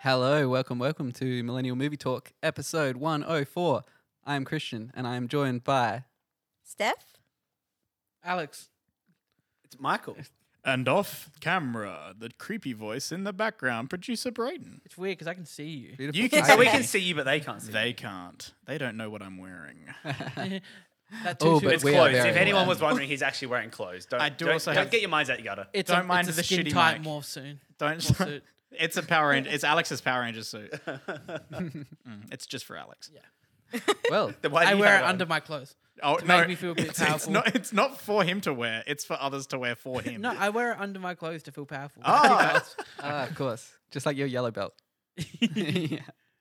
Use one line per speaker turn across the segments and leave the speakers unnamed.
Hello, welcome, welcome to Millennial Movie Talk, episode 104. I am Christian and I am joined by
Steph?
Alex.
It's Michael.
And off camera, the creepy voice in the background, producer Brayden.
It's weird because I can see you.
Beautiful.
You
sight.
so we can see you, but they can't see.
They can't. They don't know what I'm wearing.
That
Oh,
tutu
but
It's
we are
clothes.
very
If anyone
aware.
was wondering, he's actually wearing clothes. Don't,
I do
don't,
also
don't
have-
get your minds out your gutter.
it's
don't
a,
mind
it's
the
a skin
shitty
tight
mic.
morph soon.
Don't.
Morph suit.
it's a Power Ranger. It's Alex's Power Ranger suit. Mm, it's just for Alex.
well,
Then why do
I
you
wear
have
it
on?
under my clothes.
Oh
To
no!
make me feel a bit
it's, It's
powerful.
not, it's not for him to wear. It's for others to wear for him.
No, I wear it under my clothes to feel powerful.
Oh.
ah, of course, just like your yellow belt. Yeah.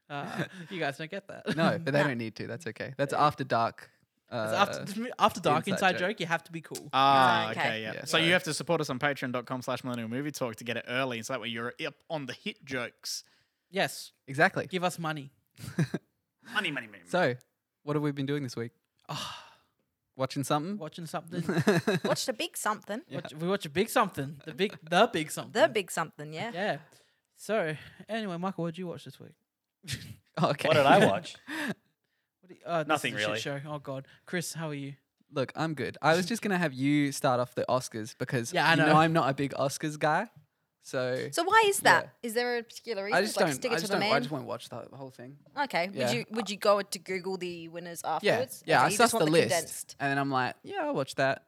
Uh, you guys don't get that.
No, but they don't need to. That's okay. That's after dark.
It's
Uh,
after, after dark
inside
inside,
joke.
joke. you have to be cool.
Ah,
Okay.
okay, yeah.
Yeah,
So
sorry.
you have to support us on patreon.com slash millennial movie talk to get it early. So that way you're up on the hit jokes.
yes,
exactly.
give us money.
Money, money, money. money.
So, what have we been doing this week? Ah, Watching something?
Watching something.
Watched a big something.
Watch, we watch a big something. The big, the big something.
The big something, yeah.
Yeah. So anyway, Michael, what did you watch this week?
Oh, okay.
what did I watch?
What do you, uh, this is
Nothing
a shit
really.
Show. Oh God, Chris, how are you?
Look, I'm good. I was just gonna have you start off the Oscars because
Yeah, I
you know
know.
I'm not a big Oscars guy. So,
So why is
Yeah.
that? Is there a particular reason?
I just
like
don't.
stick
I
it
just
to the
don't.
man.
I just won't watch the whole thing.
okay.
yeah.
Would you would you go to Google the winners afterwards?
Yeah, yeah.
Okay,
I
you
sussed
just
the,
want
list,
condensed.
and then I'm like, yeah, I'll watch that.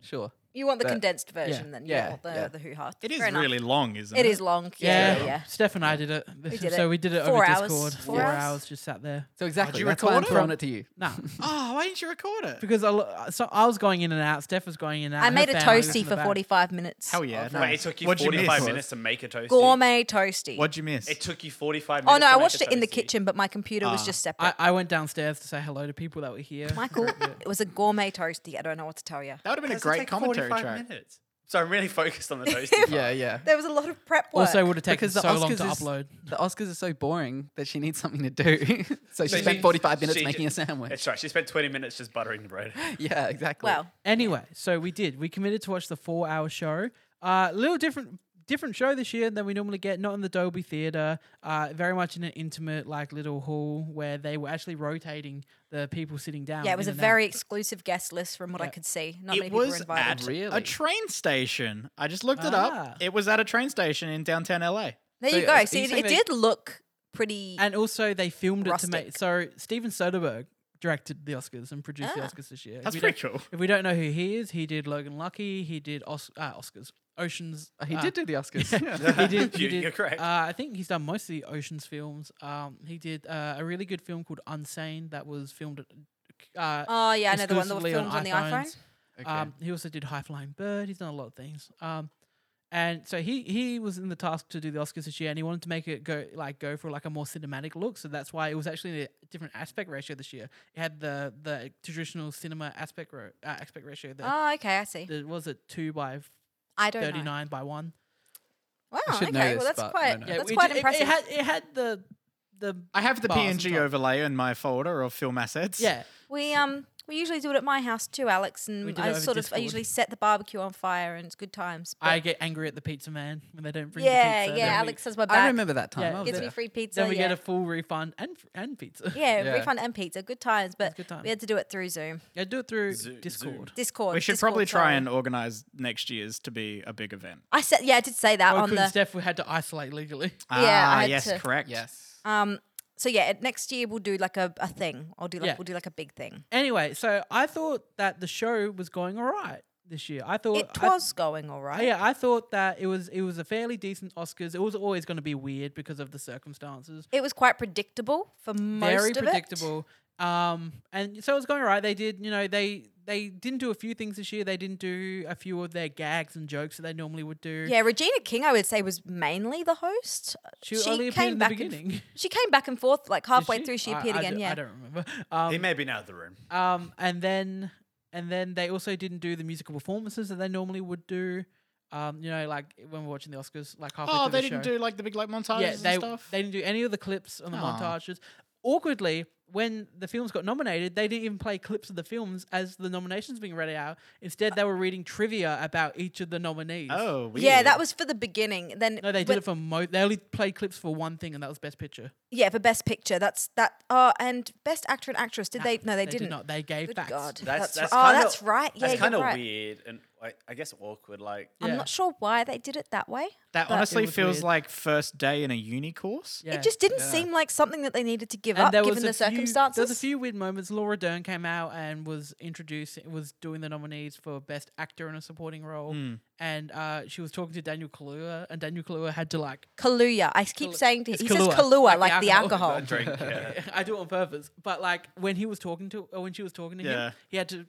Sure.
You want the
That-
condensed version then. You
yeah,
want the,
yeah.
the hoo ha.
It is really long, isn't it?
It is long. Yeah, yeah. yeah.
Steph and I did it. This-
did
so
it.
we did it
Four
over
hours.
Discord.
Four
Four,
hours.
hours. just sat there.
So exactly.
you
that's why I'm
record it?
throwing it to you.
Nah,
Oh, why didn't you record it?
because I, lo- so I was going in and out. Steph was going in and out.
I
her
made a
family was in
toasty
the
for
back.
forty five minutes.
Hell yeah.
no.
Wait, it took you
What'd you miss?
45 minutes to make a toasty.
Gourmet toasty.
What'd you miss?
It took you 45 minutes.
oh no,
to
I
make
watched
a
it in the
toasty.
kitchen, but my computer
Ah,
was just separate.
I, I went downstairs to say hello to people that were here.
Michael, it was a gourmet toasty. I don't know what to tell you.
that would have been a great commentary track.
Minutes. So I'm really focused on the toasty.
Yeah, yeah.
There was a lot of prep work.
Also, would have taken
Because the
so long to
Oscars is-
upload.
The Oscars are so boring that she needs something to do. so she
So
spent
she-
45 minutes
she
making
ju-
a sandwich.
That's right. She spent 20 minutes just buttering the bread.
Yeah, exactly.
well,
Anyway, so we did. We committed to watch the four-hour show. A uh, little different, different show this year than we normally get. Not in the Dolby Theatre. Uh, very much in an intimate, like little hall where they were actually rotating the people sitting down.
yeah, it
in
was a
and out.
very exclusive guest list from what I
Yeah.
could see. Not many
It
people were
was
invited.
at
Really?
a train station. I just looked it
Ah.
up. It was at a train station in downtown LA.
There
So
you
yeah,
go.
are
See,
you
it,
saying
it
they-
did look pretty.
And also, they filmed it to
Rustic.
make. So Steven Soderbergh directed the Oscars and produced the Oscars this year.
That's
If we
pretty
don't-
cool.
If we don't know who he is, he did Logan Lucky. He did Os- uh, Oscars, Oceans.
Oh, he
uh,
did do the Oscars.
Um,
he did. He
You-
did
you're correct.
Uh, I think he's done most of the Ocean's films. Um, he did uh, a really good film called Unsane that was filmed. At, uh,
oh yeah, I know the one that was
exclusively
filmed on, the iPhone.
iPhones. Um, he also did High Flying Bird. He's done a lot of things. Um, and so he he was in the task to do the Oscars this year, and he wanted to make it go like go for like a more cinematic look. So that's why it was actually a different aspect ratio this year. It had the the traditional cinema aspect ro- uh, aspect ratio. The,
Oh, okay, I see.
the- was it two by
I don't
thirty
know.
nine by one?
Wow.
I should
okay.
know this,
well, that's
but
quite
no, no.
Yeah,
that's
we
quite
ju- it-
impressive.
It, had it had the the
I have the
bars on
PNG
top.
overlay in my folder of film assets.
Yeah,
we um we usually do it at my house too, Alex,
We
and
did it
I
over
sort of
Discord.
I usually set the barbecue on fire and it's good times. but-
I get angry at the pizza man when they don't bring
yeah,
the pizza.
yeah.
Then we-
Alex has my back.
I remember that time.
Yeah,
I was
Gives me
there.
free pizza.
Then we
yeah.
get a full refund and f- and pizza.
yeah,
Yeah.
refund and pizza. Good times, but
good time.
we had to do it through Zoom,
Yeah, do it through
Zo-
Discord.
Discord.
We should
Discord,
probably try
sorry.
and organize next year's to be a big event.
I said, yeah, I did say that
Well,
on
couldn't
the
Steph, we had to isolate legally.
Yeah, I
ah,
had
yes,
to-
correct.
Yes.
um. So yeah, at- next year we'll do like a, a thing. I'll do like
Yeah.
we'll do like a big thing.
Anyway, so I thought that the show was going all right this year. I thought
it
I-
was going all right.
yeah, I thought that it was it was a fairly decent Oscars. It was always going to be weird because of the circumstances.
It was quite predictable for most
very
of it.
predictable. Um, and so it was going right. They did, you know, they they didn't do a few things this year. They didn't do a few of their gags and jokes that they normally would do.
Yeah, Regina King, I would say, was mainly the host.
she, only appeared in the beginning. Did
And, she came back and forth like halfway
she?
through. She
I-
appeared
I
again.
d-
yeah,
I don't remember.
he
Um,
may have been out of the room.
um, and then and then they also didn't do the musical performances that they normally would do. Um, you know, like when we're watching the Oscars, like halfway
Oh,
through
they
the show.
didn't do like the big like montages
yeah,
and
they
stuff.
they didn't do any of the clips on the
Aw.
montages. Awkwardly, when the films got nominated, they didn't even play clips of the films as the nominations being read out. Instead, they were reading trivia about each of the nominees.
Oh, weird.
Yeah, that was for the beginning. Then
No, they did
when-
it for mo. They only played clips for one thing, and that was Best Picture.
yeah for best picture. That's that. Oh, and best actor and actress. Did
Nah,
they? No, they,
they did
didn't.
not. They gave
Good
facts.
God,
That's,
that's,
that's
right.
kinda-
oh, that's right. Yeah,
that's
kind of
of
right.
weird and I, I guess awkward. Like,
Yeah.
I'm not sure why they did it that way.
That
But-
honestly
It was
feels
weird.
like first day in a uni course.
Yeah.
It just didn't
Yeah.
seem like something that they needed to give
And
up
there
given
was
the
a few-
circumstances.
There was a few weird moments. Laura Dern came out and was introducing, was doing the nominees for Best Actor in a Supporting Role,
Hmm.
and uh, she was talking to Daniel Kaluuya, and Daniel Kaluuya had to like,
Kaluuya. I keep
Kalu-
saying to
It's
he says
Kahlua,
Kahlua
like the
like, the
alcohol.
alcohol.
that drink. Yeah.
I do it on purpose, but like when he was talking to, or when she was talking to
Yeah.
him, he had to.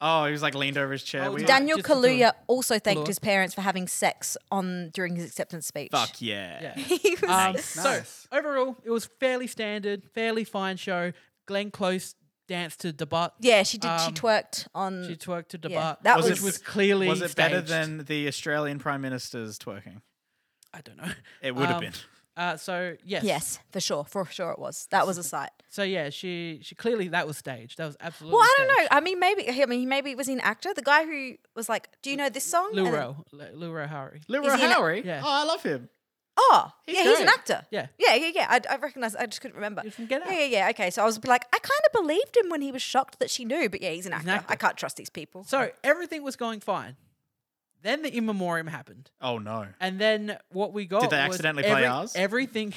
Oh, he was like leaned over his chair.
Oh,
weird.
Dan-
Daniel
Just to do
Kaluuya also thanked
Kahlua.
his parents for having sex on during his acceptance speech.
Fuck
Yeah.
yeah.
He was-
Um,
Nice.
So overall, it was fairly standard, fairly fine show. Glenn Close danced to Debutt.
yeah, she did. she
Um,
twerked on.
She twerked to Debutt,
Yeah, that
which
was-
was clearly
Was it better
staged.
than the Australian Prime Minister's twerking?
I don't know.
It would have
Um,
been.
Uh, so yes,
yes, for sure, for sure it was. That was a sight.
So yeah, she she clearly that was staged. That was absolutely.
Well, I don't
staged.
know. I mean, maybe I mean, maybe it was an actor. The guy who was like, "Do you know this song?" And then-
Luro, Luro Hari.
Lou
is he in it?
Harry?
Yeah.
Oh, I love him.
Oh,
He's
yeah, he's an
great.
actor.
Yeah.
yeah, yeah, yeah. I, I recognize. I just couldn't remember.
You can get out.
Yeah, yeah, yeah. Okay, so I was like, I kind of believed him when he was shocked that she knew, but yeah, he's an actor.
actor.
I can't trust these people.
So everything was going fine. Then the in memoriam happened,
Oh no.
and then what we got
they
was
accidentally play
every-
ours?
Everything,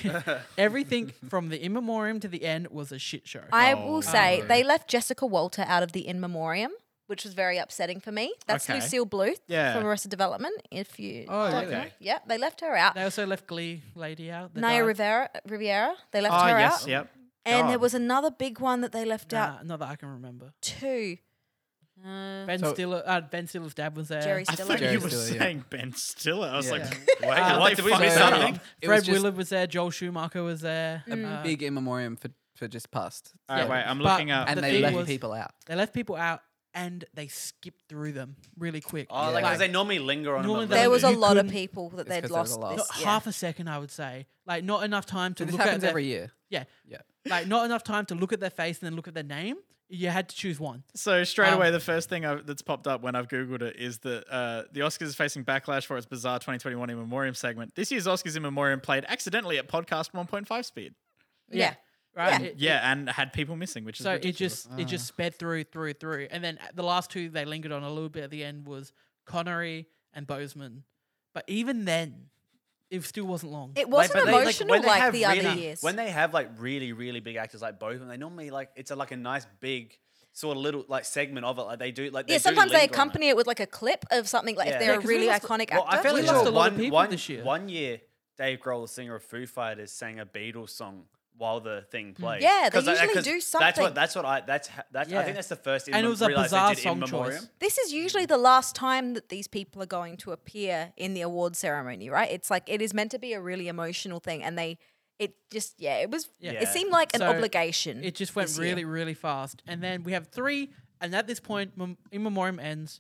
everything from the in memoriam to the end was a shit show.
I
Oh,
will say
no.
they left Jessica Walter out of the in memoriam, which was very upsetting for me. That's
Okay.
Lucille Bluth
Yeah.
from Arrested Development. If you,
Oh,
don't
really?
know. yeah, they left her out.
they also left Glee lady out. the
Naya
guy-
Rivera, Riviera, they left
Oh
her
yes.
out,
Yep.
and there
God.
was another big one that they left out
Nah, not that I can remember.
too. Uh,
Ben
So-
Stiller, uh, Ben Stiller's dad was there.
Jerry
I
Stiller.
thought
Jerry
you were
Stiller, yeah.
saying Ben Stiller. I was
Yeah.
like,
Yeah.
wait,
Uh,
how
what
they
did we
fuck
miss
that
out
up?
It
on?
was
Fred
just
Willard was there. Joel Schumacher was there.
um, Mm.
a
Uh,
big in memoriam for, for just past.
All right,
Yeah.
wait. uh, I'm
But-
looking up.
And
the
they
thing
left
was-
people out.
They left people out and they skipped through them really quick.
Oh, like, 'cause they normally linger on
Normally
them.
they-
there was a
You
lot of
couldn't-
people that
It's
they'd
'cause there was
lost.
a lot.
This,
not
yeah.
half a second, I would say. Like not enough time to
This
look at
happens
their,
every year.
yeah,
Yeah.
like not enough time to look at their face and then look at their name. You had to choose one.
So straight
Um,
away, the first thing I've, that's popped up when I've googled it is that uh, the Oscars is facing backlash for its bizarre 2021 in memoriam segment. This year's Oscars in memoriam played accidentally at podcast 1.5 speed.
yeah.
right.
Yeah.
It-
Yeah, and had people missing, which is
so it
ridiculous.
just it just sped through through through, and then the last two they lingered on a little bit at the end was Connery and Bozeman, but even then, it still wasn't long.
It
Wait,
wasn't
but they- like,
emotional
when
like,
they have
the other
really-
years.
When they have like really, really big actors like both of them, they normally like it's a, like a nice big sort of little like segment of it. Like they do like
yeah,
do
sometimes they
linger on it.
accompany it. with like a clip of something. Like
Yeah.
if they're
Yeah,
a
'cause we
really
lost-
iconic
Well, I
actor,
feel
We
like
lost
sure,
a lot
one,
of people
one-
this year.
One year, Dave Grohl, the singer of Foo Fighters, sang a Beatles song while the thing played.
Yeah, they
'Cause I-
usually
'cause
do
That's what.
something.
That's what I. That's ha- that's. I
Yeah.
think that's the first.
And it was a bizarre song choice.
this is usually
Mm.
the last time that these people are going to appear in the award ceremony, right? It's like it is meant to be a really emotional thing, and they, it just yeah, it was.
Yeah.
It seemed like an
So,
obligation.
It just went
this year.
really, really fast. And then we have three, and at this point, mem- in memoriam ends.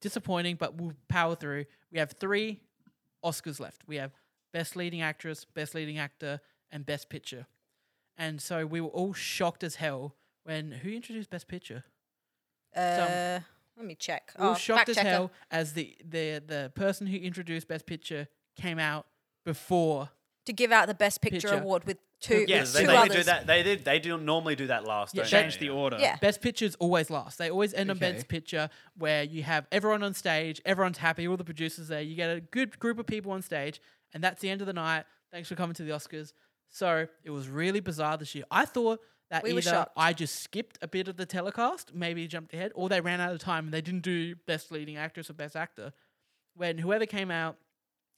Disappointing, but we'll power through. We have three Oscars left. We have Best Leading Actress, Best Leading Actor, and Best Picture. And so we were all shocked as hell when who introduced Best Picture?
Uh, let me check.
We were
Oh,
shocked
fact
as
checker.
hell as the, the the person who introduced Best Picture came out before.
to give out the best picture,
Picture.
award with two. with
Yes,
two
they, they
others.
do that. They did. They do normally do that last.
Yeah,
don't
that-
they?
Change the order.
Yeah.
Best Picture's always last. They always end on
Okay.
Best Picture, where you have everyone on stage, everyone's happy, all the producers there. You get a good group of people on stage, and that's the end of the night. Thanks for coming to the Oscars. So it was really bizarre this year. I thought that
We were
either
shocked.
I just skipped a bit of the telecast, maybe jumped ahead, or they ran out of time and they didn't do Best Leading Actress or Best Actor. When whoever came out,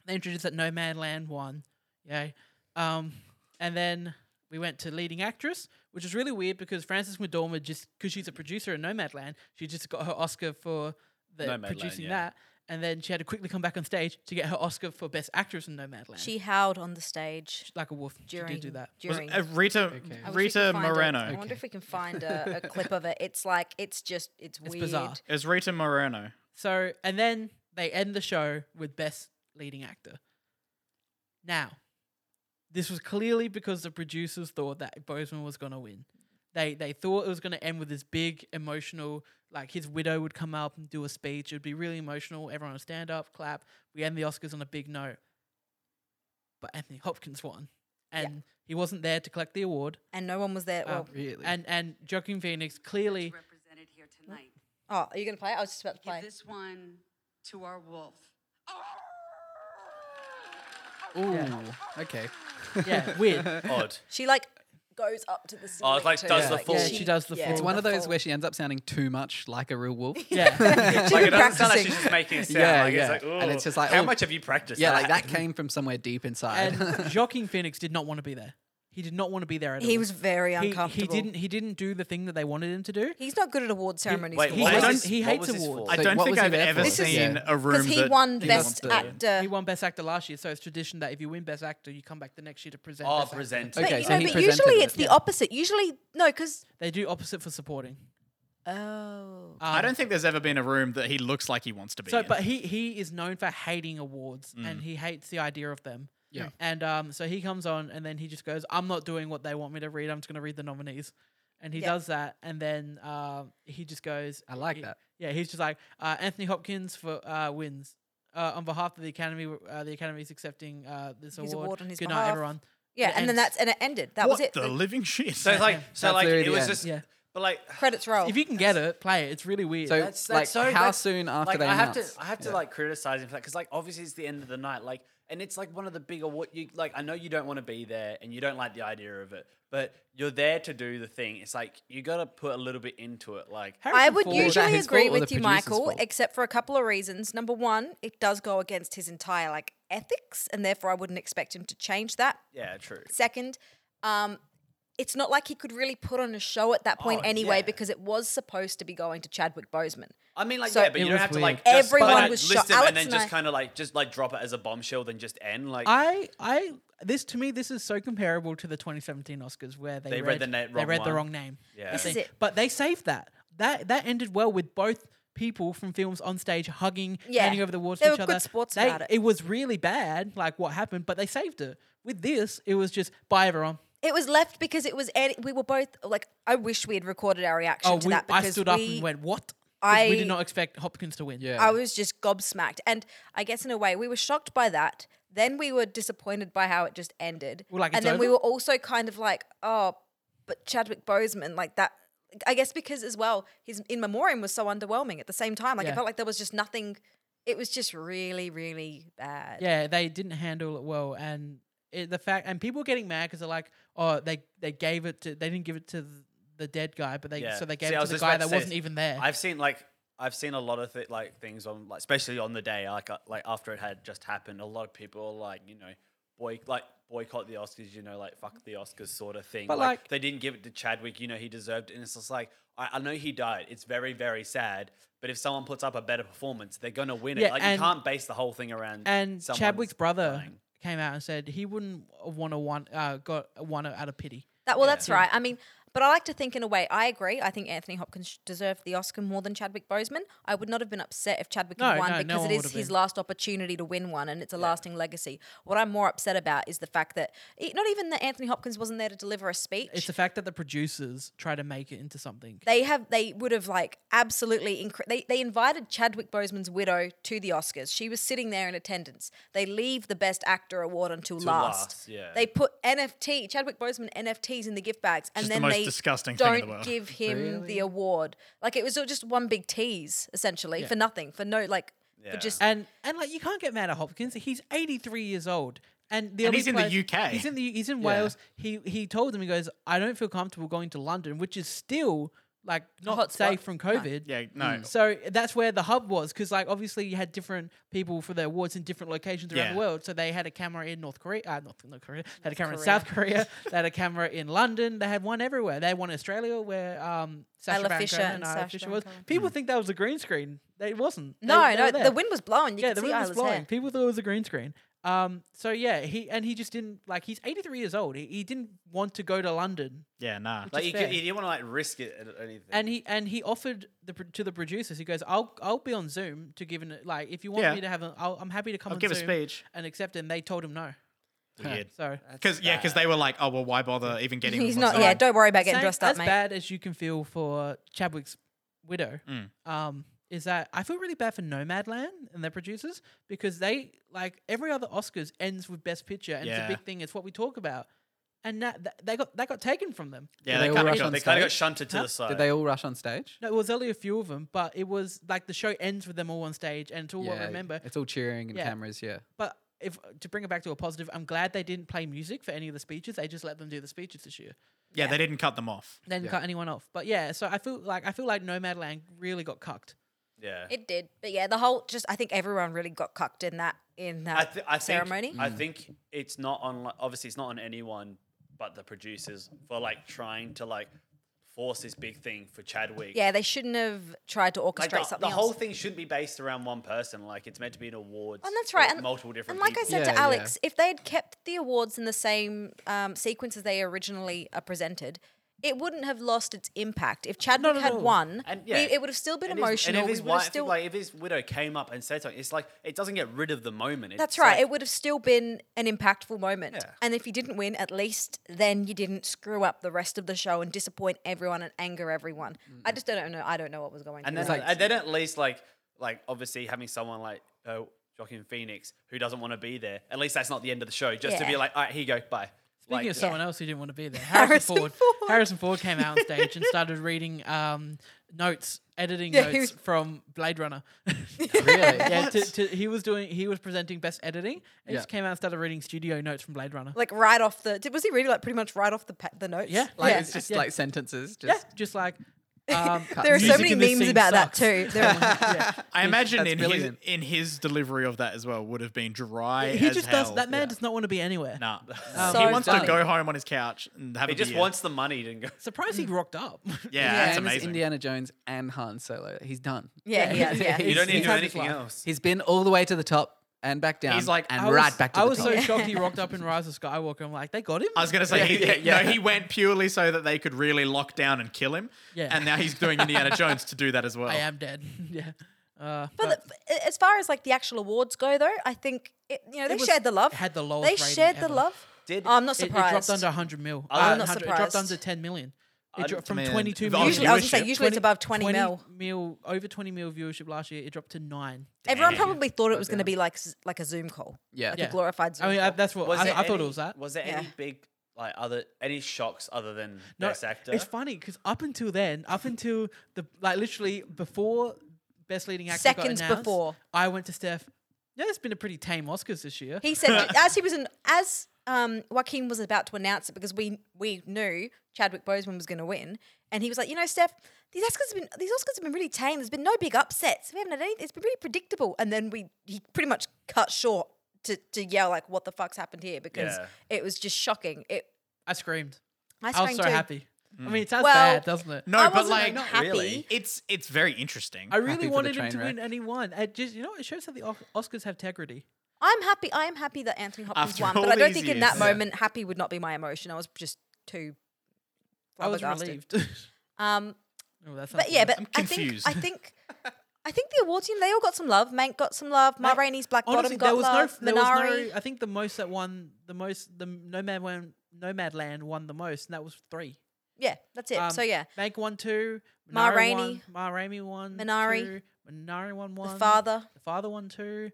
they introduced that No Man Land won. Yay. Um, and then we went to leading actress, which is really weird because Frances McDormand just because she's a producer in Nomadland, she just got her Oscar for the
Nomadland,
producing
yeah.
that, and then she had to quickly come back on stage to get her Oscar for best actress in Nomadland.
She howled on the stage
like a wolf. she
during.
did do that.
Was,
During.
uh, Rita
I wish we could
Rita
find a-
Moreno.
I wonder if we can find a, a clip of it. It's like it's just it's weird.
bizarre.
It was Rita Moreno.
So and then they end the show with best leading actor. Now, this was clearly because the producers thought that Bozeman was going to win. They they thought it was going to end with this big emotional, like his widow would come up and do a speech. It would be really emotional. Everyone would stand up, clap. We end the Oscars on a big note. But Anthony Hopkins won, and he wasn't there to collect the award.
and no one was there.
Uh,
well,
Really?
And and Joaquin Phoenix clearly.
represented here tonight.
oh, are you gonna play? it? I was just about to play.
Give this one to our wolf.
Ooh. Okay.
Yeah, weird.
Odd.
She like goes up to the ceiling.
it's like,
too,
does the
like,
full- Yeah,
she does the
yeah,
full.
It's one of those
full-
where she ends up sounding too much like a real wolf.
Yeah,
She's
Like it
been
doesn't sound
practicing.
like she's just making it sound.
Yeah,
like
yeah.
It's like,
And
"Ooh,
it's just like,
how
oh,
much have you practiced?
Yeah, like
that?
that came from somewhere deep inside.
and Joaquin Phoenix did not want to be there. He did not want to be there at all.
He was very
He-
uncomfortable.
He, didn't. He didn't do the thing that they wanted him to do.
He's not good at award ceremonies.
wait,
for
He,
what
one.
was
don't-
this-
he
what
hates
was this
awards.
for?
I
So
don't
what
think
was he
I've
there
ever
for?
This is-
seen
Yeah.
a room
because he
that
won
lost
best
the-
actor.
He won Best Actor last year, so it's tradition that if you win Best Actor, you come back the next year to present.
Oh,
Best Actor.
present.
Okay,
but,
so
no,
he
but
presented
usually
it.
it's the opposite. Usually, no, because
They do opposite for supporting.
oh,
I
Um,
don't think there's ever been a room that he looks like he wants to be.
So,
in. Mm.
but he he is known for hating awards, and he hates the idea of them.
Yeah.
And um, so he comes on, and then he just goes, "I'm not doing what they want me to read. I'm just going to read the nominees." And he
Yeah.
does that, and then um, he just goes,
I like
he-
that.
Yeah, he's just like uh, Anthony Hopkins for uh, wins uh, on behalf of the Academy. Uh, the Academy is accepting uh, this
His
award.
award on his
Good night,
behalf."
everyone.
yeah,
It
and then
ends.
that's and it ended. That
what
was it.
the
The
living shit.
So it's like, so
That's
like,
literally
it
the
was
end.
just,
Yeah.
but like,
credits roll.
If you can get it, play it. It's really weird.
So-
that's, that's
Like,
so,
how
that's-
soon after
like,
they
I have to,
announced?
I have to like criticize him for that because like obviously it's the end of the night, like, and it's like one of the big award. You like, I know you don't want to be there and you don't like the idea of it, but you're there to do the thing. It's like you got to put a little bit into it, like.
I
Harrison
would
Ford-
Was that
usually
his
agree
fault or
with
the
you,
producer's
Michael,
fault?
except for a couple of reasons. Number one, it does go against his entire like ethics, and therefore I wouldn't expect him to change that.
Yeah, true.
Second, um, it's not like he could really put on a show at that point
Oh,
anyway
yeah.
because it was supposed to be going to Chadwick Boseman.
I mean, like,
So-
yeah, but
It
you don't
was
have to
weird.
like just
Everyone
like,
was
list
shocked.
him
Alex
and then
and I-
just kind of like just like drop it as a bombshell, then just end. Like,
I I this to me this is so comparable to the 2017 Oscars where they,
They read the na-
they
wrong
read the
one.
wrong name.
Yeah.
I
This
is
think.
it.
But they saved that. That that ended well with both people from films on stage hugging,
Yeah.
handing over the awards
They
to
were
each
good
other.
sports
They-
about it.
was really bad, like what happened, but they saved it. With this, it was just bye everyone.
It was left because it was ed- we were both like I wish we had recorded our reaction
Oh,
to
we,
that because
I stood up
we-
and went what? 'Cause we
I-
did not expect Hopkins to win.
yeah.
I was just gobsmacked, and I guess in a way we were shocked by that. Then we were disappointed by how it just ended,
Well, like,
and
it's
then we
over?
were also kind of like, oh, but Chadwick Boseman, like that. I guess because as well his in memoriam was so underwhelming. At the same time, like
Yeah.
I felt like there was just nothing. It was just really, really bad.
Yeah, they didn't handle it well, and it, the fact and people were getting mad because they're like, oh, they they gave it to they didn't give it to th- the dead guy, but they
Yeah.
so they gave
See, I
it
was
to the
just
guy
about to
that
say
wasn't
this.
even there.
I've seen like I've seen a lot of th- like things on like especially on the day like uh, like after it had just happened, a lot of people are like you know boy like boycott the Oscars, you know like fuck the Oscars sort of thing.
But, like-
they didn't give it to Chadwick, you know he deserved it, and it's just like I, I know he died. It's very very sad, but if someone puts up a better performance, they're gonna win
Yeah,
it. Like
and-
you can't base the whole thing around
and
someone's
Chadwick's brother
dying.
came out and said he wouldn't want to one uh, got one out of pity.
That well, that's right. I mean, but I like to think in a way. I agree. I think Anthony Hopkins sh- deserved the Oscar more than Chadwick Boseman. I would not have been upset if Chadwick
No,
had won
no, no
because
one
it is
would've
his
been.
last opportunity to win one, and it's a lasting legacy. What I'm more upset about is the fact that it, not even that Anthony Hopkins wasn't there to deliver a speech.
It's the fact that the producers try to make it into something.
they have they would have like absolutely incre- they they invited Chadwick Boseman's widow to the Oscars. She was sitting there in attendance. They leave the best actor award until last.
last, yeah.
They put NFT Chadwick Boseman NFTs in the gift bags and
Just the
then
most
they
disgusting thing
don't
in the world.
give him the award. Like it was all just one big tease essentially for nothing, for no like
Yeah.
for just
and and like you can't get mad at Hopkins. He's 83 years old. And, the
And
only
he's in the
place-
UK.
He's in the he's in Wales. He he told them he goes, I don't feel comfortable going to London, which is still like not
hot spot.
safe from COVID.
yeah, no.
So that's where the hub was, because like obviously you had different people for the awards in different locations around
Yeah.
the world. So they had a camera in North Korea, uh, North, North Korea. They had a camera in South Korea. they had a camera in London. They had one everywhere. They had one in Australia where um, Sasha
Isla
Baron
Fisher
Cohen
and
and Isla
Sasha
Fisher
Baron
was.
Cohen.
Hmm.
People think that was a green screen. It wasn't. They-
no,
they were
no,
there
the wind was blowing. You
yeah,
yeah,
the
could
wind
see
was
Isla's
blowing.
hair.
People thought it was a green screen. Um, so yeah, he and he just didn't like. He's 83 years old. He, he didn't want to go to London,
Yeah, nah.
Like
is
you,
fair.
could, you didn't want to like risk it or anything.
and he and he offered the pro- to the producers. He goes, "I'll I'll be on Zoom to give an like if you want
Yeah.
me to have a, I'll, I'm happy to come.
I'll
on
give a
Zoom
speech.
and accept." it. And they told him no.
Weird.
So
Because yeah, because they were like, oh well, why bother even getting?
He's
him
not.
on
Yeah,
side?
don't worry about getting
same-
dressed up,
as
mate.
bad as you can feel for Chadwick's widow,
Mm.
um, is that I feel really bad for Nomadland and their producers because they like every other Oscars ends with Best Picture and
Yeah.
it's a big thing. It's what we talk about, and that, that they got that got taken from them.
Yeah,
Did
they
all
kind of
rush
got.
on
They
Kind
kind
of
stage?
got shunted to
Huh?
the side.
Did they all rush on stage?
No, it was only a few of them, but it was like the show ends with them all on stage, and it's all I remember.
It's all cheering and
Yeah.
cameras, yeah.
But if to bring it back to a positive, I'm glad they didn't play music for any of the speeches. They just let them do the speeches this year.
yeah, they didn't cut them off.
They didn't cut anyone off. But yeah, so I feel like I feel like Nomadland really got cucked.
yeah.
It did, but yeah, the whole just I think everyone really got cucked in that in that
I, th- I
ceremony.
Think, I
Hmm.
think it's not on. like, Obviously, it's not on anyone but the producers for like trying to like force this big thing for Chadwick.
yeah, they shouldn't have tried to orchestrate
Like the,
something
the whole
else.
thing shouldn't be based around one person. Like it's meant to be an awards.
and that's
for
right. And,
multiple
And
different.
like
people.
I said
Yeah,
to
yeah.
Alex, if they had kept the awards in the same um, sequence as they originally are presented, it wouldn't have lost its impact. If Chadwick
at
had
all.
won,
And
we-
yeah,
it would have still been
And his-
emotional.
And if his
we would have
wife,
still,
like if his widow came up and said something, it's like it doesn't get rid of the moment. It's
that's right.
like-
it would have still been an impactful moment.
Yeah.
And if you didn't win, at least then you didn't screw up the rest of the show and disappoint everyone and anger everyone. I just don't know. I don't know what was going.
Mm. and
through
then,
their
and then at least like like obviously having someone like uh, Joaquin Phoenix who doesn't want to be there. At least that's not the end of the show. Just to
Yeah.
be like, all right, here you go, bye.
Speaking
like,
of someone else who didn't want to be there, Harrison,
Harrison
Ford.
Ford.
Harrison Ford came out on stage and started reading um, notes, editing
Yeah, he
notes
was-
from Blade Runner.
Really?
yeah, to, to, he was doing. He was presenting best editing. And he
Yeah.
just came out and started reading studio notes from Blade Runner.
like right off the did, was he really like pretty much right off the pa- the notes?
Yeah.
Like
yeah.
it's just
Yeah.
like sentences. Just
yeah, just like um,
there are so
music
many
in this
memes
scene
about
sucks.
that too. There are-
yeah.
I imagine
That's
in his,
brilliant.
in his delivery of that as well would have been dry.
He
as
just
hell.
does. That man does not want to be anywhere.
Nah.
so
he wants
funny.
to go home on his couch and have
He
a
just
beer.
wants the money to go.
Surprised he rocked up.
Yeah,
Yeah,
that's
and it's
amazing.
Indiana Jones and Han Solo. He's done.
yeah, yeah, yeah.
You
You don't need
he's
to do
had his
anything
life.
else.
He's been all the way to the top and back down.
He's like,
and
I
I was-
right back to
I
the
was
top.
so shocked he rocked up in Rise of Skywalker. I'm like, they got him.
I was gonna say he,
Yeah, yeah,
No, he went purely so that they could really lock down and kill him.
Yeah.
And now he's doing Indiana Jones to do that as well.
I am dead. yeah. Uh,
But, the- but as far as like the actual awards go, though, I think it, you know they
was-
shared the love.
it had the lowest
They
rating
shared the
ever.
love.
Did-
I'm not
it, it
surprised.
dropped under 100 mil.
I'm
Uh,
not
100 It dropped
surprised.
under 10 million. It
I-
dropped from
man,
22
if
million.
usually, I was gonna
viewership.
say usually it's above 20, mil.
over 20 mil viewership last year. It dropped to nine.
Everyone probably thought it was going to be like s- like a Zoom call,
yeah.
like
Yeah.
a glorified Zoom
I mean, I,
call.
that's what I,
there
I thought it
any-
was that.
Was there any
Yeah.
big like other any shocks other than best actor?
It's funny because up until then, up until the like literally before best leading actor
Seconds
got announced,
before.
I went to Steph. Yeah, it's been a pretty tame Oscars this year.
he said as he was in as um, Joaquin was about to announce it because we we knew Chadwick Boseman was going to win, and he was like, you know, Steph, these Oscars have been these Oscars have been really tame. There's been no big upsets. We haven't had any. It's been really predictable. And then we he pretty much cut short to to yell like, what the fuck's happened here? Because
Yeah.
it was just shocking. It
I screamed.
I
I was
sprang
so
too.
happy. I mean, it sounds
Well-
bad, doesn't it?
No,
I
but
wasn't
like
not happy.
really.
it's it's very interesting.
I really
Happy for the
wanted him
train
to
wreck.
win any one. It just you know, it shows how the Os- Oscars have integrity.
I'm happy. I am happy that Anthony Hopkins
After
won,
all
but I don't
these
think in that
years.
moment happy would not be my emotion. I was just too.
I was
flabbergasted.
relieved. oh,
Um,
that sounds
but yeah,
weird.
but
I'm
I think I
confused.
think I think the award team they all got some love. Mank got some love. Ma
Mank-
Rainey's Black
honestly,
Bottom got
there was
love.
no, there
Minari.
was no. I think the most that won the most, the Nomad won, Nomadland won the most, and that was three.
yeah, that's it.
Um,
so yeah,
Bank won two.
Ma
Minari
Rainey.
won, Ma Rainey won.
Minari.
Two, Minari won one.
father. Mm.
The father won two.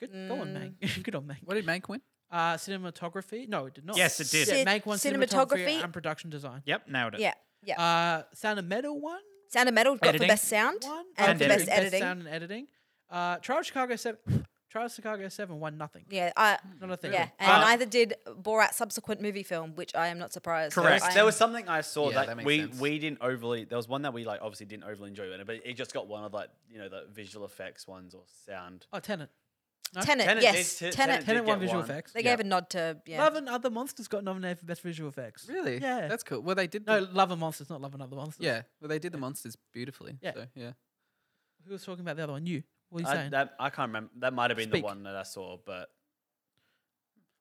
Good, go on, Mank. Good on, Mank.
What did Mank win?
Uh, cinematography? No, it did not.
Yes, it did.
Yeah,
Cin-
Mank won
cinematography.
cinematography and production design.
Yep, nailed it.
yeah, yeah.
Uh, Sound of Metal won.
sound of Metal got
editing.
for best sound
One.
and,
And
for
editing.
best editing.
sound and editing. Uh, Trial of Chicago Seven. Trial of Chicago Seven won nothing.
Yeah, I,
Not a thing.
yeah, and
Uh,
neither did Borat's subsequent movie film, which I am not surprised.
There was-
Correct.
There was something I saw
Yeah,
that,
that makes
we
sense.
we didn't overly. There was one that we like obviously didn't overly enjoy, but it just got one of like you know the visual effects ones or sound.
Oh, Tenant.
Tenet,
Tenet did-
yes,
Te-
Tenet.
Tenet did
Tenant won
get
visual
one.
effects.
They
Yeah.
gave a nod to yeah.
Love and Other Monsters got nominated for best visual effects.
Really?
Yeah.
That's cool. Well, they did.
no
The,
Love and Monsters, not Love and Other Monsters.
yeah. Well, they did the monsters beautifully.
Yeah.
So, yeah.
Who was talking about the other one? You. What are you
I,
saying?
Uh, that, I can't remember. That might have been
Speak.
the one that I saw, but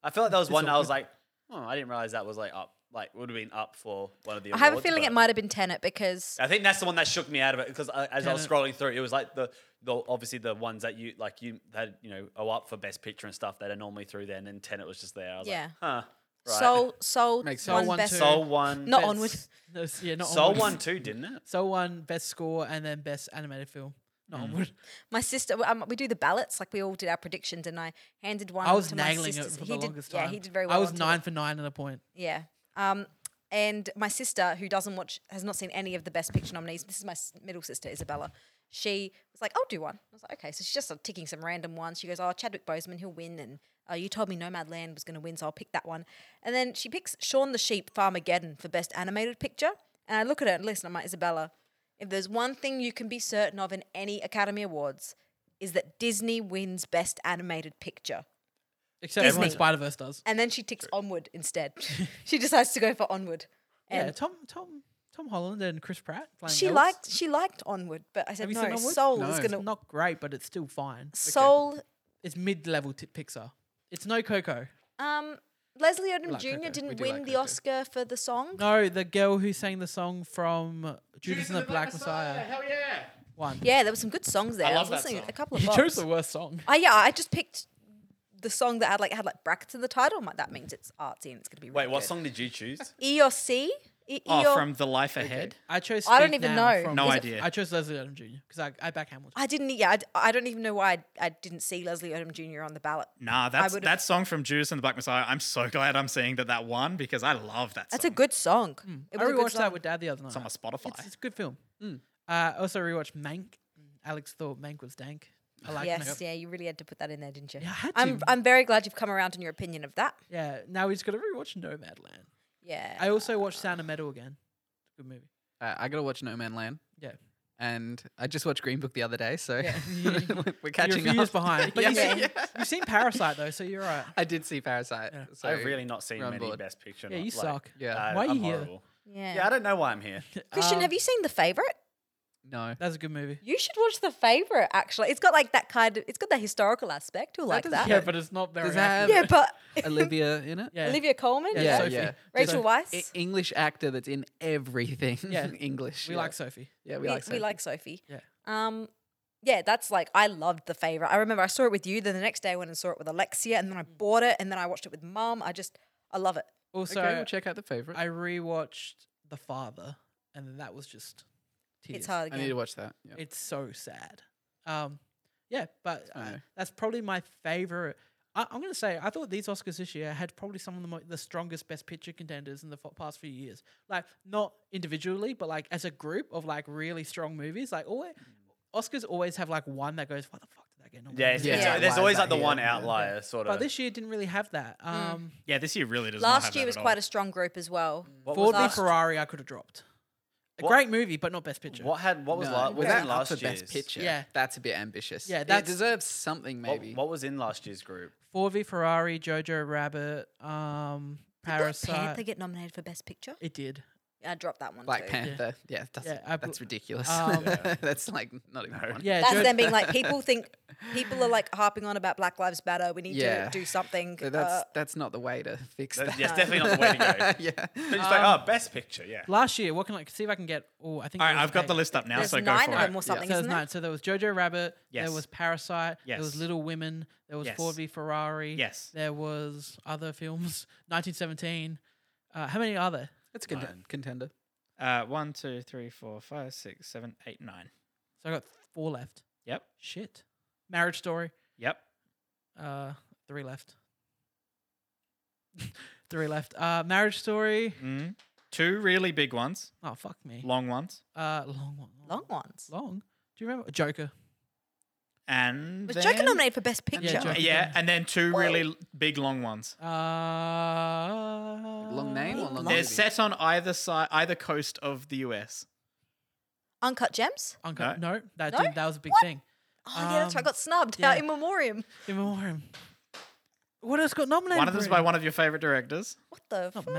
I feel like there was
It's
one that I was
awkward.
like, oh, I didn't realize that was like up. like would have been up for one of the.
I have a
awards,
feeling
but-
it might have been Tenet because
I think that's the one that shook me out of it because uh, as I was
Tenet.
scrolling through, it was like the, the obviously the ones that you like you that you know are up for best picture and stuff that are normally through there, and then Tenet was just there. I was
Yeah.
like, huh, right.
Soul, Soul,
Makes sense.
one
Soul, one,
best,
two.
Soul one,
not
Best-
Onward.
No, s- yeah, not
Soul
onward.
one too, didn't it?
Soul one, best score, and then best animated film.
Hmm.
Not onward.
My sister, um, we do the ballots, like we all did our predictions, and I handed one.
I was
to my
nailing it
sisters.
for
he
the
did,
longest
yeah,
time.
he did very well.
I was
until-
nine for nine at a point.
Yeah. Um, and my sister, who doesn't watch, has not seen any of the Best Picture nominees. This is my s- middle sister, Isabella. She was like, "I'll do one." I was like, "Okay." So she's just uh, ticking some random ones. She goes, "Oh, Chadwick Boseman, he'll win." And uh, you told me Nomadland was going to win, so I'll pick that one. And then she picks Shaun the Sheep, Farmageddon for Best Animated Picture. And I look at her and listen. I'm like, Isabella, if there's one thing you can be certain of in any Academy Awards, is that Disney wins Best Animated Picture.
Except
Disney.
when Spider Verse does.
And then she ticks Onward instead. she decides to go for Onward.
yeah,
And
Tom, Tom, Tom Holland and Chris Pratt playing.
she
elves.
liked she liked Onward, but I said
Have you
no.
seen Onward?
Soul is
No.
gonna
Not great, but it's still fine.
Soul.
It's mid-level t- Pixar. It's no Coco.
Um, Leslie Odom
like
Jr.
Coco. We
didn't
do
win
like
the
Coco.
Oscar for the song.
No, the girl who sang the song from Judas and the Black Messiah.
Hell yeah!
One.
Yeah, there were some good songs there. I, was
love that
listening
song.
a couple of.
You
bops.
chose the worst song.
I yeah, I just picked the song that had like had like brackets in the title. I'm like, that means it's artsy and it's gonna be. Really
Wait, what
good.
song did you choose?
EOC. E-
Oh,
Eeyore-
from The Life Ahead.
I chose.
I don't
Speak
even
Now
know.
from-
No
Is it-
idea.
I chose Leslie Odom Jr. because I, I back Hamilton.
I didn't. Yeah, I, d- I don't even know why I, I didn't see Leslie Odom Jr. on the ballot.
Nah, that's
would've-
that song from Judas and the Black Messiah. I'm so glad I'm seeing that that one because I love that.
That's
song.
a good song. It
I
was a good
rewatched
song.
that with Dad the other night.
It's on my Spotify.
It's, it's a good film. Uh, I also rewatched Mank. Alex thought Mank was dank. I like
Yes,
Mank.
yeah, you really had to put that in there, didn't you?
Yeah, I had
am
to.
I'm very glad you've come around in your opinion of that.
Yeah. Now we just got to rewatch Nomadland.
Yeah.
I also watched Sound of Metal again. Good movie.
Uh, I gotta watch No Man Land,
Yeah.
and I just watched Green Book the other day, so
Yeah.
we're
You're a
catching
few years
up.
behind. But you've,
Yeah.
seen, you've seen Parasite though, so you're right.
I did see Parasite.
Yeah.
So
I've really not seen
we're on
many
board.
best picture.
Yeah,
no-
you
like,
suck.
Yeah.
I-
Why are
I'm
you here?
horrible.
yeah.
Yeah, I don't know why I'm here.
Christian,
Um,
have you seen The Favorite?
no.
That's a good movie.
You should watch The Favorite. Actually, it's got like that kind of. It's got that historical aspect. You'll like that.
doesn't-
Yeah, but it's not very.
Does that
accurate.
have
Yeah, but
Olivia in it?
Yeah.
Olivia Coleman.
Yeah,
Yeah,
Sophie.
yeah.
Rachel
Sophie.
E-
Weisz.
English actor that's in everything.
Yeah.
English.
We
yeah.
like Sophie.
Yeah, we,
We,
like.
we
Sophie.
like Sophie.
Yeah.
Um. Yeah, that's like I loved The Favorite. I remember I saw it with you. Then the next day I went and saw it with Alexia, and then I bought it, and then I watched it with Mum. I just, I love it.
Also,
okay, we'll check out the favorite.
I rewatched The Father, and then that was just tears.
It's hard
I need
again.
to watch that. Yeah.
It's so sad. Um, yeah, but uh,
know.
that's probably my favorite. I, I'm gonna say I thought these Oscars this year had probably some of the mo- the strongest Best Picture contenders in the fo- past few years. Like not individually, but like as a group of like really strong movies. Like always, Oscars always have like one that goes, "What the fuck did that get?" nominated?"
Yeah, it's,
Yeah.
it's-
Yeah.
there's
Why
always
is
like
that
the
here?
one
Yeah.
outlier sort
But
of.
this year didn't really have that. Um,
yeah, this year really does. not have
Last year
that
was
at
quite
all.
a strong group as well.
what
Ford
was
v
last-
Ferrari, I could have dropped. A
What-
great movie, but not Best Picture.
What had what was
No,
la- what was
that
in
up for
last year's?
best picture?
Yeah.
that's a bit ambitious.
Yeah,
that
that's-
deserves something
What,
maybe.
what was in last year's group?
Ford v Ferrari, Jojo Rabbit, um,
Black Panther
Parasite.
get nominated for Best Picture?
It did.
I dropped that one.
Black
too.
Panther. Yeah, that's,
Yeah, I bl-
that's ridiculous.
Um,
that's like not even. funny.
Yeah,
That's
Jo-
them being like people think people are like harping on about Black Lives Matter. We need
Yeah.
to do something.
So that's
uh,
that's not the way to fix
That's,
that.
yeah, it's definitely not the way to go.
yeah.
They're just like, oh, best picture, yeah.
last year. What can I see if I can get? Oh, I think.
All
there
right,
was
I've got
eight.
the list up now,
there's
so go
nine
for
of
it.
them or something,
So there's
isn't there?
nine. So there was Jojo Rabbit.
Yes.
There was Parasite. There was
Yes.
Little Women. There was
Yes.
Ford v Ferrari.
Yes.
There was other films. 1917. Uh, how many are there?
That's a conte- contender.
Uh, one, two, three, four, five, six, seven, eight, nine.
So I got four left.
Yep.
Shit. Marriage Story.
Yep.
Uh, three left. three left. Uh, Marriage Story.
Mm. Two really big ones,
Oh fuck me.
long ones,
Uh, long one.
Long ones.
Long. Do you remember Joker?
and
Was
then,
Joker nominated for Best Picture?
Yeah, Joker.
Yeah, and then two really l- big long ones.
Uh, long
Long name or long
They're
movie?
set on either side, either coast of the US.
Uncut Gems.
Uncut. No, that
No?
didn't- that was a big
What?
thing.
Oh yeah, that's right. I
Um,
got snubbed
yeah.
out in memoriam.
In memoriam. What else got nominated?
One of them's
for
by
it?
one of your favorite directors.
What the?
Not
fuck?
I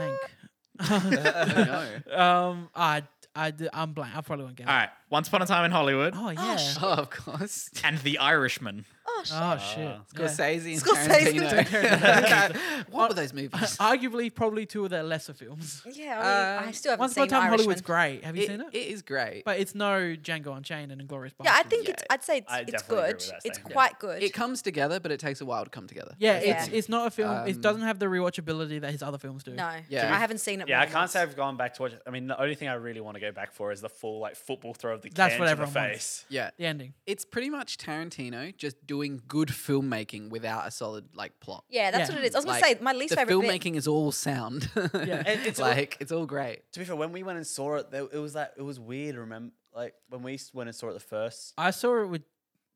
Mank.
know.
um, I, I, d- I'm blank. I probably won't get
Oh.
All right, Once Upon a Time in Hollywood
it. Oh yeah.
Oh, of course.
and The Irishman.
Oh, shit.
Oh shit!
Uh.
Yeah.
Scorsese and
Scorsese
Tarantino.
and
what were those movies?
Arguably, probably two of their lesser films.
yeah, I, mean, I
Uh,
still haven't
Once
seen
Upon a Time in
Irishman.
Hollywood's great. Have you
It-
seen it?
it is great.
But it's no Django Unchained and Inglorious
Yeah, I
Bastards.
think it's. I'd say it's,
I
it's
definitely agree
good.
with that
It's
statement.
quite good.
it comes together, but it takes a while to come together.
Yeah,
I
it's
think.
it's not a film. it
Um,
doesn't have the rewatchability that his other films do.
no,
Yeah.
I haven't seen it.
Yeah,
more
I
than
can't
once.
say I've gone back to watch. it. I mean, the only thing I really want to go back for is the full like football throw of the
That's
can
what
to
everyone
the
wants.
face.
Yeah.
the ending.
It's pretty much Tarantino just doing good filmmaking without a solid like plot.
Yeah, that's
Yeah.
what it is. I was gonna
Like,
say my least
the
favorite bit.
filmmaking is all sound. Yeah,
And it's all-
like it's all great.
To be fair, when we went and saw it, though, it was like it was weird. Remember, like when we s- went and saw it the first.
I saw it with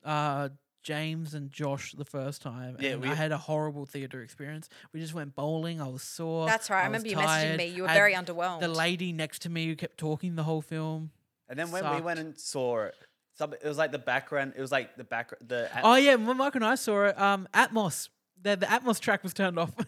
uh, James and Josh the first time.
Yeah,
and
we-
I had a horrible theater experience. We just went bowling. I was sore.
That's right. I,
was
remember you messaging
tired.
me. You were
I-
very underwhelmed.
The lady next to me who kept talking the whole film.
And then when we went
sucked.
and saw it, some, it was like the background. It was like the back. The at-
Oh yeah, when Mike and I saw it, um, Atmos. The, the Atmos track was turned off.
so,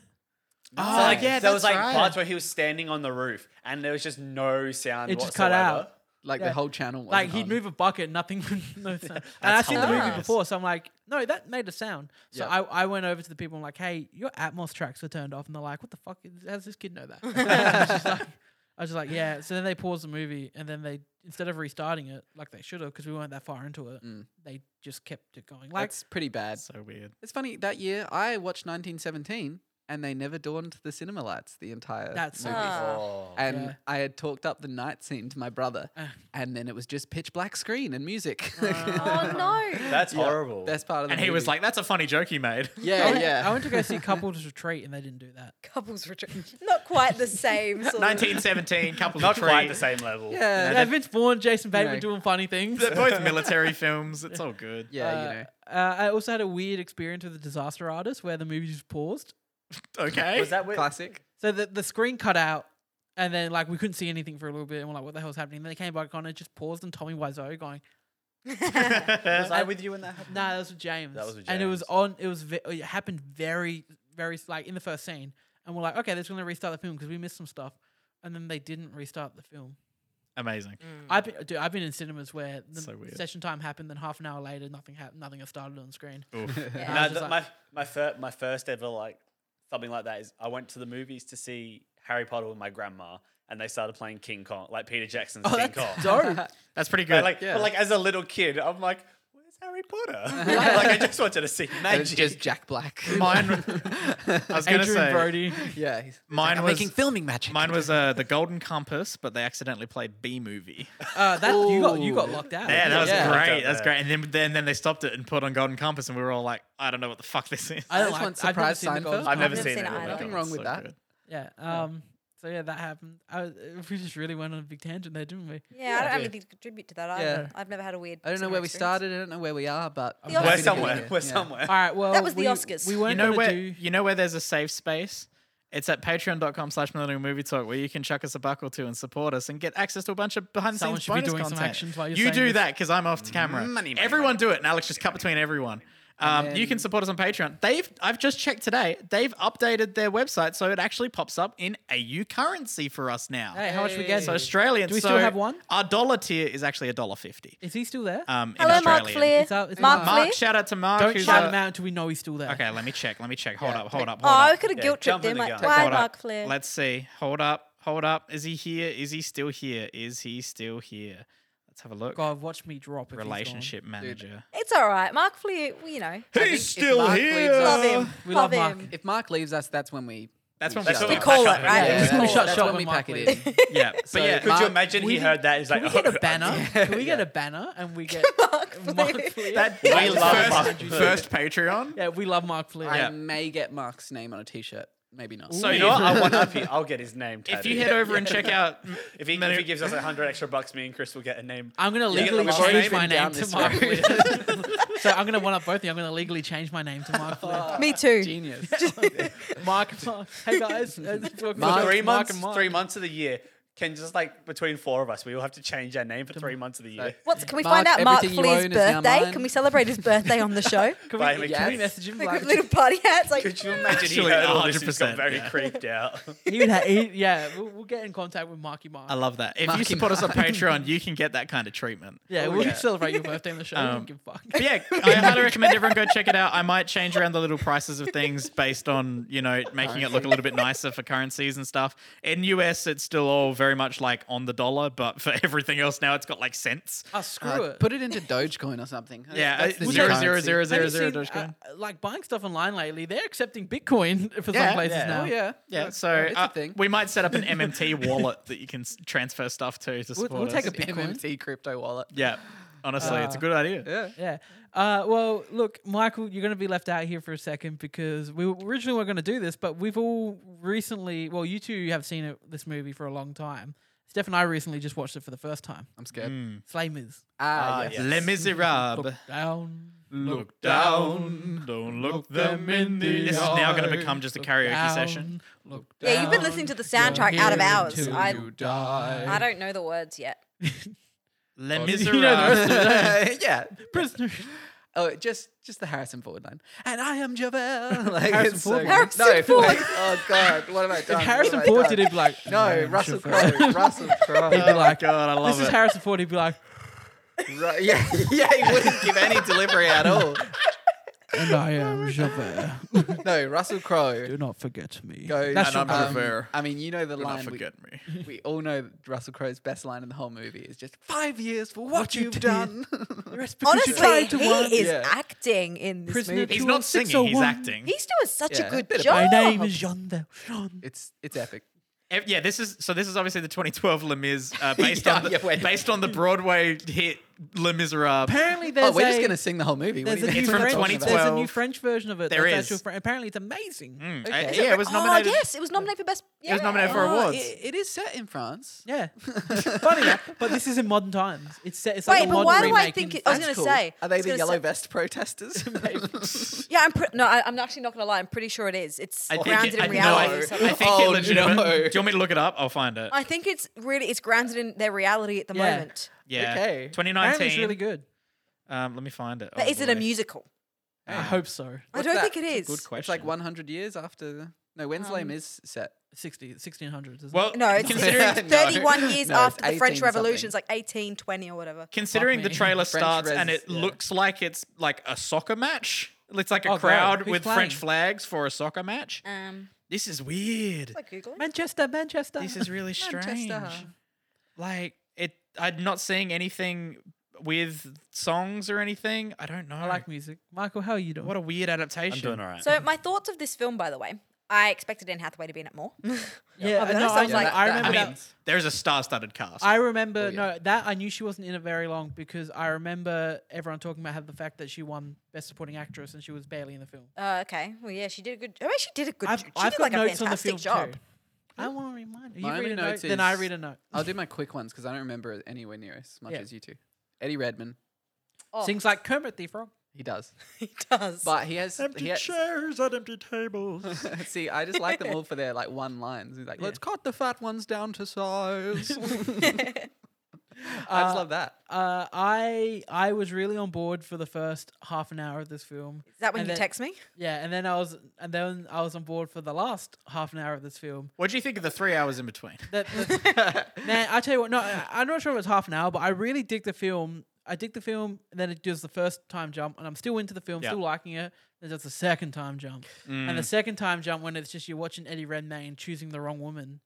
Oh,
like,
yeah,
there was
that's
like
right.
parts where he was standing on the roof, and there was just no sound.
It just cut
whatsoever.
out.
Like
Yeah.
the whole channel. um,
like
wasn't
he'd
on.
move a bucket, nothing. would- no sound. and I've seen the movie
hilarious.
before, so I'm like, no, that made a sound. So
Yeah.
I, I went over to the people. I'm like, hey, your Atmos tracks are turned off, and they're like, what the fuck? is- How does this kid know that? I, was just like, I was just like, yeah. So then they paused the movie, and then they instead of restarting it like they should have because we weren't that far into it, they just kept it going.
Mm.
Like
That's pretty bad.
So weird.
It's funny that year I watched 1917 and they never dawned the cinema lights the entire
That's
movie.
Ah.
Oh.
and
Yeah.
I had talked up the night scene to my brother
Ah.
and then it was just pitch black screen and music.
oh no.
That's
Yeah,
horrible.
Best part of the
And he was
movie.
like, "That's a funny joke you made."
I
Yeah,
went-
yeah.
I went to go see Couples Retreat, and they didn't do that.
Couples retreat. Not quite the same. Sort of-
1917, couple
not
of three.
quite the same level.
yeah.
Yeah, Uh, Vince Vaughn, Jason Bateman
know.
doing funny things.
They're both military films. It's all good.
Yeah,
Uh,
you know.
uh, I also had a weird experience with the Disaster Artist where the movie just paused.
Okay.
Was that with,
Classic.
So the, the screen cut out, and then like we couldn't see anything for a little bit, and we're like, "What the hell's happening?" And then they came back on and just paused, and Tommy Wiseau going,
was I with you when that happened?
"Nah, that was with James."
That was with
And it was
James.
on. It was ve- it happened very very s- like in the first scene, and we're like, "Okay, they're just gonna restart the film because we missed some stuff." And then they didn't restart the film.
Amazing.
Hmm.
I've been, dude, I've been in cinemas where the
So weird.
session time happened, then half an hour later, nothing happened, nothing had started on screen.
Mm.
Yeah.
I
No,
was
th-
just
my
like-
my first my first ever like something like that is I went to the movies to see Harry Potter with my grandma, and they started playing King Kong, like Peter Jackson's King Kong.
dope.
That's pretty good.
But like,
Yeah.
but like as a little kid, I'm like, where's Harry Potter? like I just wanted to see
And it's
magic.
just Jack Black.
mine. I was gonna
Adrian
say
Brody.
yeah. he's-
mine
I'm
was
making filming magic.
mine was uh, the Golden Compass, but they accidentally played B movie.
Uh, that you got you got locked out.
Yeah, that was
Yeah.
great.
Yeah.
That's great. And then, then then they stopped it and put on Golden Compass, and we were all like, I don't know what the fuck this is.
I
I
don't
just
like.
want
I've never
surprise
seen the
Seinfeld.
Golden
I've never
Compass.
I've
seen
never
it.
seen it either.
Golden
Nothing
Compass.
wrong with
So
that.
good.
Yeah. Um. So yeah, that happened. I, uh, we just really went on a big tangent there, didn't we?
yeah, I don't have
Yeah.
anything to contribute to that either. I've never had a weird.
I don't know
cinema
where we
experience.
started. I don't know where we are, but
We're
happy
We're
to be
somewhere.
here.
We're
Yeah.
somewhere.
All right. Well,
That was the
we-
Oscars.
We
You
weren't
You know
gonna
where
do.
you know where there's a safe space. It's at patreon.com slash millennial movie talk where you can chuck us a buck or two and support us and get access to a bunch of behind the
Someone
scenes
should be
bonus
doing some
content.
actions while you're
you
saying
do
this.
that because I'm off to camera.
Money, money,
everyone
money.
do it and Alex just cut between everyone. Um, you can support us on Patreon. They've I've just checked today. They've updated their website so it actually pops up in AU currency for us now.
Hey, how much we get?
So Australian.
Do we
so
still have one?
Our dollar tier is actually a dollar fifty.
Is he still there?
Um, in
Hello, Mark
Australian.
Fleer.
It's out- it's
Mark
out.
Fleer.
Mark, shout out to Mark.
Don't
who's
shout
a-
him out until we know he's still there.
Okay, let me check. Let me check. Hold up. Hold up. Hold
oh, I
up.
could have
Yeah,
guilt tripped
jump in
him.
the
Like,
gun.
why
Hold up.
Mark Flair?
Let's see. Hold up. Hold up. Is he here? Is he still here? Is he still here? Let's have a look.
God, watch me drop. if he's gone.
Relationship manager.
It's all right. Mark Flair, well, you know,
I think if Mark leaves us-
love him.
we
love,
love Mark.
him.
If Oh, Mark leaves us, that's when we.
That's when
That's
we
what we
start.
call it,
pack up.
right?
Yeah,
It's
that's-
called-
shut
that's
shop
when
when
we
Mark
pack it
leaves.
in.
Yeah. But
So-
yeah.
Could
Mark-
you imagine he
we-
heard that? He's like, "Oh,
Can we get a banner? Can we get a banner and we get Mark, Fleer?
That
I love
first,
Mark.
first Patreon.
yeah, we love Mark Fleer.
I
Yeah.
may get Mark's name on a T-shirt. Maybe not.
So
You know what? I want up here. I'll get his name.
If
Tattooed.
you head over and check out,
if he, if he gives us a hundred extra bucks, me and Chris will get a name.
I'm gonna
Yeah,
legally
we've already
change
been
my name
down
to
this
Mark Fleer.
road.
so I'm gonna one up both of you. I'm gonna legally change my name to Mark Fleer.
Me too.
Genius.
Mark, Mark. Hey guys, uh, welcome to
For
Mark-
Mark
three
and
months,
Mark.
three months of the year. Can just like between four of us, we all have to change our name for three months of the year.
What's, can we
Mark,
find out Mark
everything you
Flea's
own is now
birthday?
mine.
Can we celebrate his birthday on the show?
Can
Buy
we,
him a
can we
cake.
message him?
Like,
Like,
with little party hats. Like,
Could you imagine he
Actually,
heard all this? He's got
100%,
very
yeah.
creeped out.
he would ha- he, yeah, we'll, we'll get in contact with Marky Mark.
I love that. If you
Marky
support us on
Mark.
Patreon, you can get that kind of treatment.
yeah,
Oh,
we'll
yeah.
celebrate your birthday on the show. we
Um,
don't give a fuck.
But yeah, I highly recommend everyone go check it out. I might change around the little prices of things based on, you know, making it look a little bit nicer for currencies and stuff. In US, it's still all very much like on the dollar, but for everything else now, it's got like cents.
Ah, screw
Uh,
it. uh,
Put it into Dogecoin or something. That's-
Yeah,
that's the new
zero,
currency.
zero, zero,
Have
zero,
you
zero,
seen,
Dogecoin.
uh, like buying stuff online lately, they're accepting Bitcoin for
Yeah,
some places
yeah.
now.
Oh yeah,
Yeah,
That's-
so
it's
uh,
a thing.
we might set up an MMT wallet that you can s- transfer stuff to to
We'll-
support
we'll take
us.
a- Bitcoin.
MMT crypto wallet.
yeah, honestly, it's a good idea.
Yeah.
Yeah. Uh, well, look, Michael, you're going to be left out here for a second because we were- originally were going to do this, but we've all recently, well, you two have seen it, this movie for a long time. Steph and I recently just watched it for the first time.
I'm scared.
Mm. Slamers.
Ah,
Ah,
yes.
yeah.
Les Miserables.
Down.
Look down, don't look them in the This is now going to become just a karaoke
down,
session.
Look
Yeah, you've been listening to the soundtrack out of hours.
until
I,
You die.
I don't know the words yet.
Les
You know the rest
Miserables.
of it, don't
yeah.
Prisoner.
Oh, just just the Harrison Ford line. And I am Javel. Like,
Harrison
it's so
Ford
good.
line.
Harrison
no,
Ford.
Like, oh God, what have I done?
If
What
Harrison
have I
Ford
done?
did it, he'd be like,
No,
"Man,
Russell
shit,
Crowe. Russell
He'd
Crowe.
be like,
God, "Oh, I love
this is
it.
Harrison Ford. He'd be like,
Right, yeah, yeah, he wouldn't give any delivery at all.
and I am Javert.
No, Russell Crowe
Do not forget me.
goes.
That's
And
your
I'm
um,
Javert.
I mean, you know the
Do not
line. We,
forget me.
we all know Russell Crowe's best line in the whole movie is just five years for what, you've done.
Honestly,
tried to
he
one-
is
Yeah.
acting in this
Prisoner
movie.
He's not singing, he's
601.
acting.
He's doing such
Yeah,
a
a
good
bit of
job.
My name is Jean de Jean.
it's it's epic.
Ev- Yeah, this is so. This is obviously the 2012 Les Mis, uh, based
Yeah,
on the,
yeah, wait.
based on the Broadway hit Les Miserables.
Apparently, there's
oh, we're
a,
just gonna sing the whole movie. What
there's
do
a
you
new
It's
think?
from
French, There's a
2012.
new French version of it.
There
that's
is.
actual Fren- apparently, it's amazing.
Mm,
Okay.
I-
Is it
yeah, it was nominated.
Oh, yes, it was nominated for best. Yeah.
It was nominated for
Oh,
awards.
it- it is set in France.
Yeah, funny that. But this is in modern times. It's set. It's like
Wait,
a
but
modern
why do I
remake
think?
in
It, I was
France.
going to say.
Are
I
they
was
the
gonna
yellow
say-
vest protesters?
Yeah, I'm. Pre- no, I, I'm actually not going to lie. I'm pretty sure it is. It's
I think
grounded
it, I,
in
no,
reality.
I,
so-
I think it
Oh,
legitimate.
no.
Do you want me to look it up? I'll find it.
I think it's really it's grounded in their reality at the
Yeah.
moment.
yeah,
okay.
Apparently,
2019.
it's really good.
Um, let me find it.
But
Oh,
is it a
boy.
musical?
I hope so.
What's
I don't
that?
think it
It's a Good
is.
question.
It's like 100 years after. No, when's
Um,
Lame is set?
60, 1600s. isn't
Well,
No, it's, it's
considering
No.
31 years
No, it's
after the French
18
Revolution. It's
something.
like 1820 or whatever.
considering the
me.
trailer
French
starts and
res-
it
yeah.
looks like it's like a soccer match. It's like a
Oh, God.
crowd
Who's
with
playing?
French flags for a soccer match.
Um,
This is weird.
like Google.
it? Manchester, Manchester.
This is really strange.
Manchester.
Like it, I'm not seeing anything with songs or anything. I don't know.
I like music. Michael, how are you doing?
what a weird adaptation.
I'm doing all right.
So my thoughts of this film, by the way, I expected Anne Hathaway to be in it more.
yeah,
but
Oh, no,
that
I,
sounds like-
I remember
I
that.
mean, there's a star-studded cast.
I remember
Oh, yeah.
no that I knew she wasn't in it very long because I remember everyone talking about how the fact that she won Best Supporting Actress and she was barely in the film.
Uh, okay. Well, yeah, she did a good. I mean, she did a good.
I've,
she
I've
did
got
like a
notes on the
fantastic
film
job.
too. I want to remind you.
My
read
only
a note,
note
then I
is-
read a note.
Oh.
I'll do my quick ones because I don't remember anywhere near as much
Yeah.
as you two. Eddie Redman,
Oh,
Things like Kermit the Frog.
he does,
he does.
but he has. he has
chairs at empty tables.
see, I just like them all for their like one lines. He's like, "Let's cut the fat ones down to size." I just love that.
Uh, I I was really on board for the first half an hour of this film.
Is that when
and
you
then-
text me?
Yeah, and then I was and then I was on board for the last half an hour of this film.
What do you think of the three hours in between?
That, that- man, I tell you what, no, I- I'm not sure if it's half an hour, but I really dig the film. I dig the film, and then it does the first time jump, and I'm still into the film,
Yeah.
still liking it. Then does the second time jump, and
Mm.
the second time jump when it's just you're watching Eddie Redmayne choosing the wrong woman.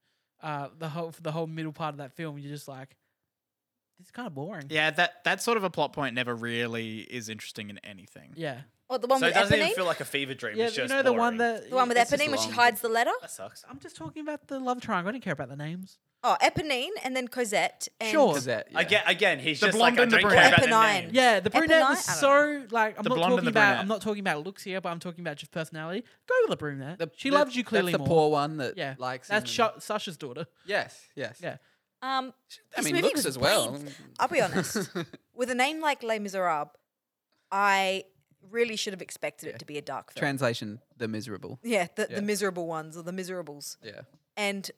Uh, the whole for the whole middle part of that film, you're just like, this is kind of boring.
Yeah, that that sort of a plot point never really is interesting in anything.
yeah.
Or the one
So it
with
doesn't even
Eponine?
feel like a fever dream.
Yeah,
it's
you
just
know the one
boring.
that
the one with
It's just
Eponine when she
long.
hides the letter?
that sucks.
I'm just talking about the love triangle. I don't care about the names.
Oh, Eponine and then Cosette. And
Sure.
Cosette, yeah.
Again, again, he's
The
just like
blonde
I
and the
don't care
brunette.
about their
Eponine.
names.
Yeah, the
Eponine?
brunette was
I don't
so like I'm
The
not
blonde and
talking
the
about
brunette.
I'm not talking about looks here, but I'm talking about just personality. Go with the brunette.
The-
she
the-
loves you clearly
That's the
more.
poor one that
yeah,
likes.
that's
him and-
Sha- Sasha's daughter.
Yes, yes.
Yeah,
Um,
I
this
mean,
movie
looks
was
as well.
brave. I'll be honest. with a name like Les Miserables, I really should have expected it to be a dark film.
Translation: the miserable.
yeah, the,
Yeah.
the miserable ones or the miserables.
Yeah.
And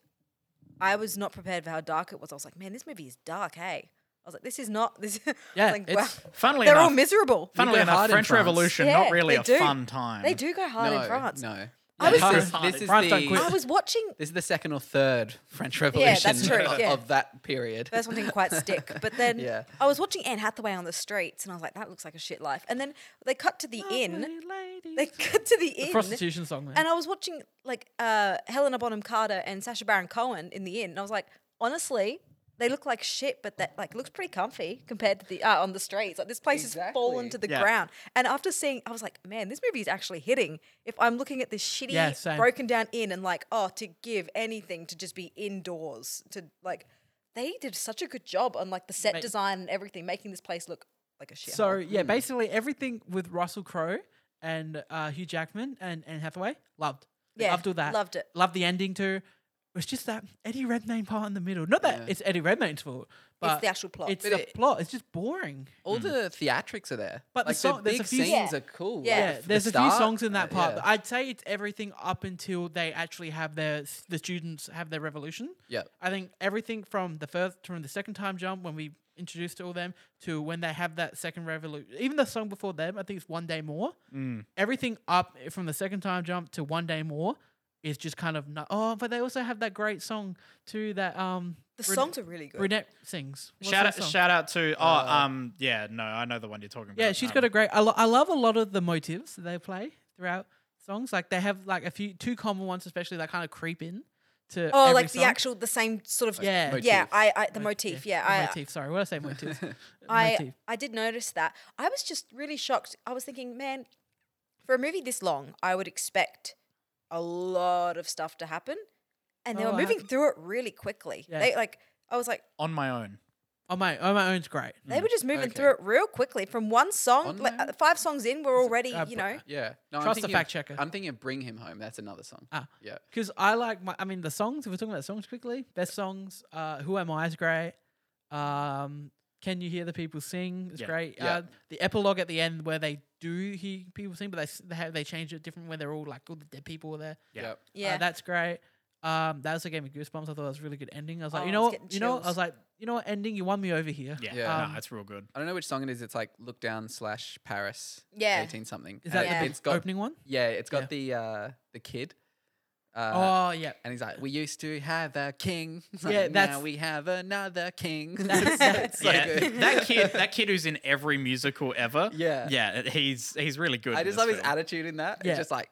I was not prepared for how dark it was. I was like, man, this movie is dark, hey. I was like, this is not this. I was
Yeah,
like,
it's-
wow.
Funnily
they're all
enough,
miserable.
funnily
go
enough,
hard in
French
France.
Revolution
Yeah,
not really
they
a
do.
fun time.
They do go hard
no,
in France.
No.
I
this,
was
France-
is, this is
France don't
the
quit.
I was watching
this is the second or third French Revolution
Yeah, that's true,
of,
yeah.
of that period.
First one didn't quite stick, but then
Yeah.
I was watching Anne Hathaway on the streets, and I was like, "That looks like a shit life." And then they cut to the
Oh,
inn. They cut to the inn.
prostitution song. Man.
And I was watching like uh, Helena Bonham Carter and Sacha Baron Cohen in the inn, and I was like, honestly, they look like shit, but that like looks pretty comfy compared to the uh, on the streets. Like this place has fallen
Exactly.
to the
Yeah.
ground. And after seeing, I was like, man, this movie is actually hitting. If I'm looking at this shitty,
Yeah, same.
broken down inn, and like, oh, to give anything to just be indoors, to like, they did such a good job on like the set
Mate.
design and everything, making this place look like a shit.
so yeah, basically everything with Russell Crowe and uh, Hugh Jackman and Anne Hathaway loved.
Yeah,
loved all that.
loved it.
Loved the ending too. It's just that Eddie Redmayne part in the middle. Not that it's Eddie Redmayne's fault, but
the actual plot.
It's
But
the
it-
plot. It's just boring.
All the theatrics are there,
But the
like,
song-
the
there's
big
a few-
scenes
Mm. Yeah.
are cool.
Yeah.
like,
Yeah,
the
there's a few
start,
songs in that
uh,
part.
yeah.
But I'd say it's everything up until they actually have their the students have their revolution.
Yep.
I think everything from the first from the second time jump when we introduced all them to when they have that second revolution, even the song before them, I think it's one day more. Everything up from the second time jump to one day more is just kind of not, oh, but they also have that great song too that um
the
Brune-
songs are really good.
Brunette sings. What's
Shout
that
out,
song?
shout out to oh
Uh,
um yeah no I know the one you're talking about
Yeah, she's
um,
got a great. I, lo- I love a lot of the motives that they play throughout songs. Like they have like a few two common ones, especially that kind of creep in to.
Oh,
every
like the
song.
actual, the same sort of
Yeah.
motif.
Yeah, I, I the
Mot-
motif. Yeah,
the
I,
motif. Sorry, what did I say? Motif. Uh,
I,
motif.
I did notice that. I was just really shocked. I was thinking, man, for a movie this long, I would expect a lot of stuff to happen, and they
Oh,
were
I
moving
haven't-
through it really quickly.
Yeah.
They like, I was like,
on my own.
On Oh, my on my own's great.
they were just moving
Okay.
through it real quickly from one song,
On
like,
Man?
uh, five songs in, we're already,
uh,
you
Br-
know,
Yeah, no,
Trust the
I'm thinking
fact
of,
checker.
I'm thinking of "Bring Him Home." That's another song.
Ah.
yeah.
Because I like my. I mean, the songs. If we're talking about songs quickly, best songs. Uh, Who Am I is great. Um, Can you hear the people sing? Is
Yeah.
great.
Yeah.
Uh, the epilogue at the end where they do hear people sing, but they s- they, have, they change it different where they're all like all the dead people are there.
Yeah.
Yep.
yeah.
Uh, that's great. Um, that also gave me goosebumps. I thought that was a really good ending. I was like,
Oh,
you
I
know
was
what,
getting
you know, what? I
chills.
was like, you know what, ending, you won me over here.
Yeah,
Yeah.
Um,
no, it's real good.
I don't know which song it is. It's like "Look Down" slash Paris.
Yeah.
eighteen something. And
Is that
Yeah.
the
It's got
opening one?
yeah, it's
Yeah.
got the uh, the kid. Uh,
oh yeah,
And he's like, we used to have a king. It's like,
Yeah, that's-
now we have another king.
That's-
It's so
yeah,
good.
that kid, that kid who's in every musical ever.
Yeah.
yeah, he's he's really good.
I
in
just
this
love his
film.
attitude in that.
Yeah.
It's just like,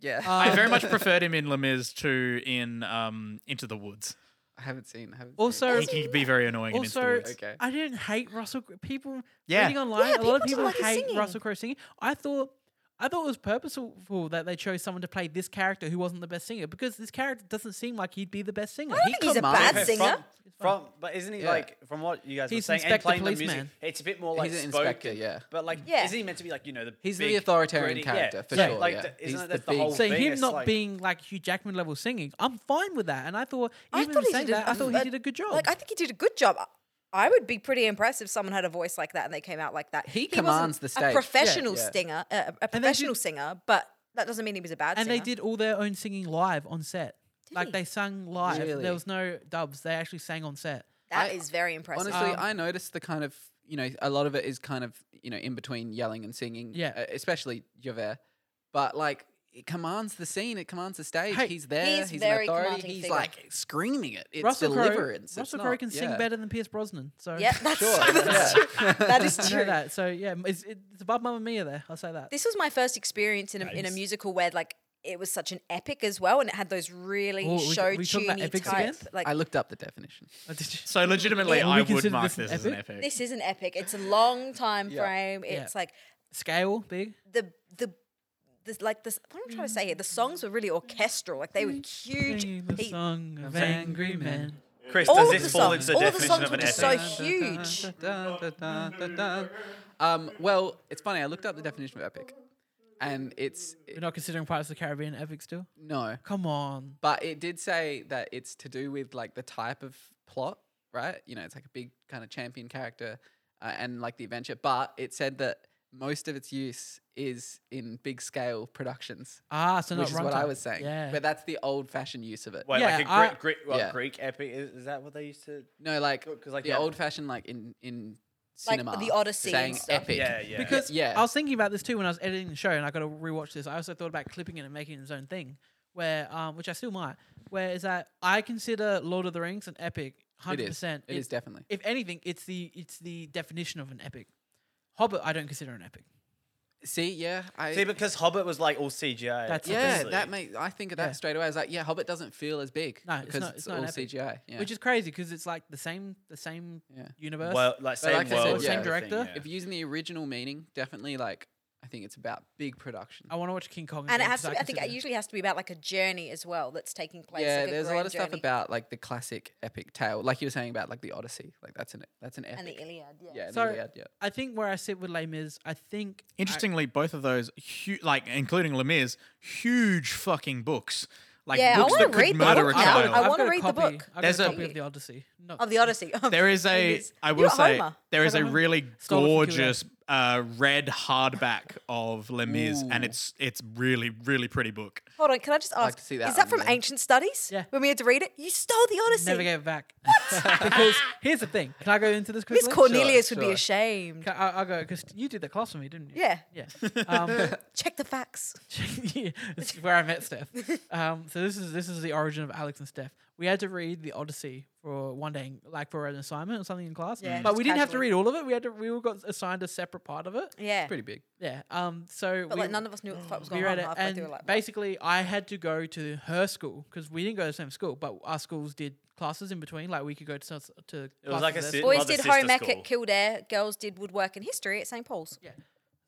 yeah.
I very much preferred him in Lemiz to in um Into the Woods.
I haven't seen. I haven't
Also-
He can be very annoying in Into the
Also,
Woods.
Okay.
I didn't hate Russell. Crowe. People
Yeah.
reading online,
Yeah,
a lot
people
of people
don't like his
hate
singing.
Russell Crowe singing. I thought, I thought it was purposeful that they chose someone to play this character who wasn't the best singer because this character doesn't seem like he'd be the best singer.
I
He-
think he's a
commands-
bad
Okay,
From-
singer.
From, but isn't he
Yeah.
like from what you guys
He's
were saying and
Inspector
playing the music?
Policeman.
It's a bit more like
He's an
spoken,
inspector, yeah.
But like,
Yeah.
isn't he meant to be like you know the
He's the
big,
authoritarian
gritty-
character,
yeah,
for
Right.
sure,
Like,
yeah.
the-
He's
isn't
the
that the
big-
whole
so
thing?
him
It's
not
like-
being like Hugh Jackman level singing, I'm fine with that. And I thought
I
even
thought he
saying
did
that,
a-
I thought he
a-
did a good job.
Like I think he did a good job. I- I would be pretty impressed if someone had a voice like that and they came out like that.
He
wasn't
commands the stage.
A
Yeah,
professional
yeah.
singer, a, a professional
did-
singer, but that doesn't mean he was a bad
and
singer.
they did all their own singing live on set. like
he?
they sung live.
Really?
There was no dubs. They actually sang on set.
That
I-
is very impressive.
Honestly,
Um,
I noticed the kind of you know a lot of it is kind of you know in between yelling and singing.
Yeah.
uh, especially Javert, but like it commands the scene, it commands the stage.
Hey,
he's there,
He's
he's,
very
an authority.
commanding
He's
figure.
like screaming it. It's
Russell Crowe.
deliverance.
Russell
it's
Crowe
not-
can
yeah.
sing better than Pierce Brosnan. So
yeah, that's,
Sure.
that's
yeah.
true. That is
I
true.
know that. So yeah, m- it's, it's above Mamma Mia there. I'll say that.
This was my first experience in a, in a
Nice.
musical where like it was such an epic as well, and it had those really
Oh, we-
show
we talking about
tuney
epics
type.
again?
Like
I looked up the definition.
Oh, did you-
So legitimately,
Yeah. Would
I
we
would
consider
mark
this an
this as an
epic?
epic.
this is an epic. It's a long time
Yeah.
frame.
Yeah.
It's like
Scale big.
the the the like this what I'm trying to say here, the songs were really orchestral. Like they were
Mm.
huge.
Singing the
he-
song of angry men.
Chris,
all
does
of the
this fall
songs,
into
all
the
of the
definition
songs
of
were
an
just
epic?
so huge.
Um, well, it's funny. I looked up the definition of epic, and it's
We're not considering Pirates of the Caribbean epic still.
no,
Come on.
but it did say that it's to do with like the type of plot, right? You know, it's like a big kind of champion character uh, and like the adventure. But it said that most of its use is in big scale productions,
Ah, so
which
not
is what I
runtime.
was saying.
Yeah.
But that's the old fashioned use of it.
Wait,
Yeah,
like a Greek,
I-
Greek, what,
Yeah.
Greek epic? Is, is that what they used to?
No, like,
'Cause, like,
the
yeah.
old fashioned, like in in
Like
cinema,
the Odyssey and
saying
stuff.
epic.
Yeah, yeah.
Because
Yeah.
I was thinking about this too when I was editing the show, and I got to rewatch this. I also thought about clipping it and making it its own thing, where um, which I still might. Where is that? I consider Lord of the Rings an epic,
It
hundred
is.
percent.
it is definitely.
If anything, it's the it's the definition of an epic. Hobbit, I don't consider an epic.
See, yeah, I
See, because Hobbit was like all CGI.
That's the
yeah,
obviously.
that makes I think of that
Yeah.
straight away. I was like, yeah, Hobbit doesn't feel as big
No, it's
because
not-
it's,
it's not an
all
epic.
CGI, yeah.
Which is crazy because it's like the same the same
Yeah.
universe.
well, like same
like I said,
world,
same
everything,
director.
yeah.
if you're using the original meaning, definitely like I think it's about big production.
I want to watch King Kong.
And it
again
has
'cause
to. Be, I think
consider
it usually has to be about like a journey as well that's taking place.
yeah,
like
there's a lot
grand
of stuff
journey.
about like the classic epic tale, like you were saying about like the Odyssey, like that's an that's an epic.
and the Iliad. Yeah.
yeah, and
So-
the Iliad, yeah.
I think where I sit with Les Mis, I think I-
Interestingly, both of those, hu- like including Lemire's, huge fucking books. Like
Yeah, I
books
wanna
that could
read the
murder
book
a
now.
child.
I
I've
wanna
got a
read the
copy-
book.
I've
There's
got a
a-
copy of the Odyssey. No,
Of Oh, the Odyssey.
There is a,
Ladies.
I
You
will
got
say,
Homer.
there is
got
a
Homer.
really
Stole it from Q&A.
gorgeous uh, red hardback of Lemire's, and
Ooh.
it's it's really really pretty book.
Hold on, can I just ask?
like to see that
is that
one
from
then.
ancient studies?
Yeah.
When we had to read it, you stole the Odyssey.
Never gave it back. because here's the thing. Can I go into this
Miss
quickly?
Cornelius would be
sure.
ashamed.
Can- I, I'll go because you did the class for me, didn't you?
Yeah.
Yeah. Um,
Check the facts.
yeah, this is where I met Steph. Um, so this is this is the origin of Alex and Steph. We had to read the Odyssey for one day, like for an assignment or something in class.
Yeah,
but
just
we didn't have to
casually.
read all of it. We had to. We all got assigned a separate part of it.
Yeah.
Pretty big.
Yeah. Um. So
But
we,
like none of us knew what the fuck was
we
going on
read it,
halfway
and
through. Like,
basically I had to go to her school because we didn't go to the same school, but our schools did classes in between. Like we could go to to.
It was like a
classes
sit-
there.
boys
Mother
did
sister
home ec
school.
at Kildare, girls did woodwork and history at St Paul's.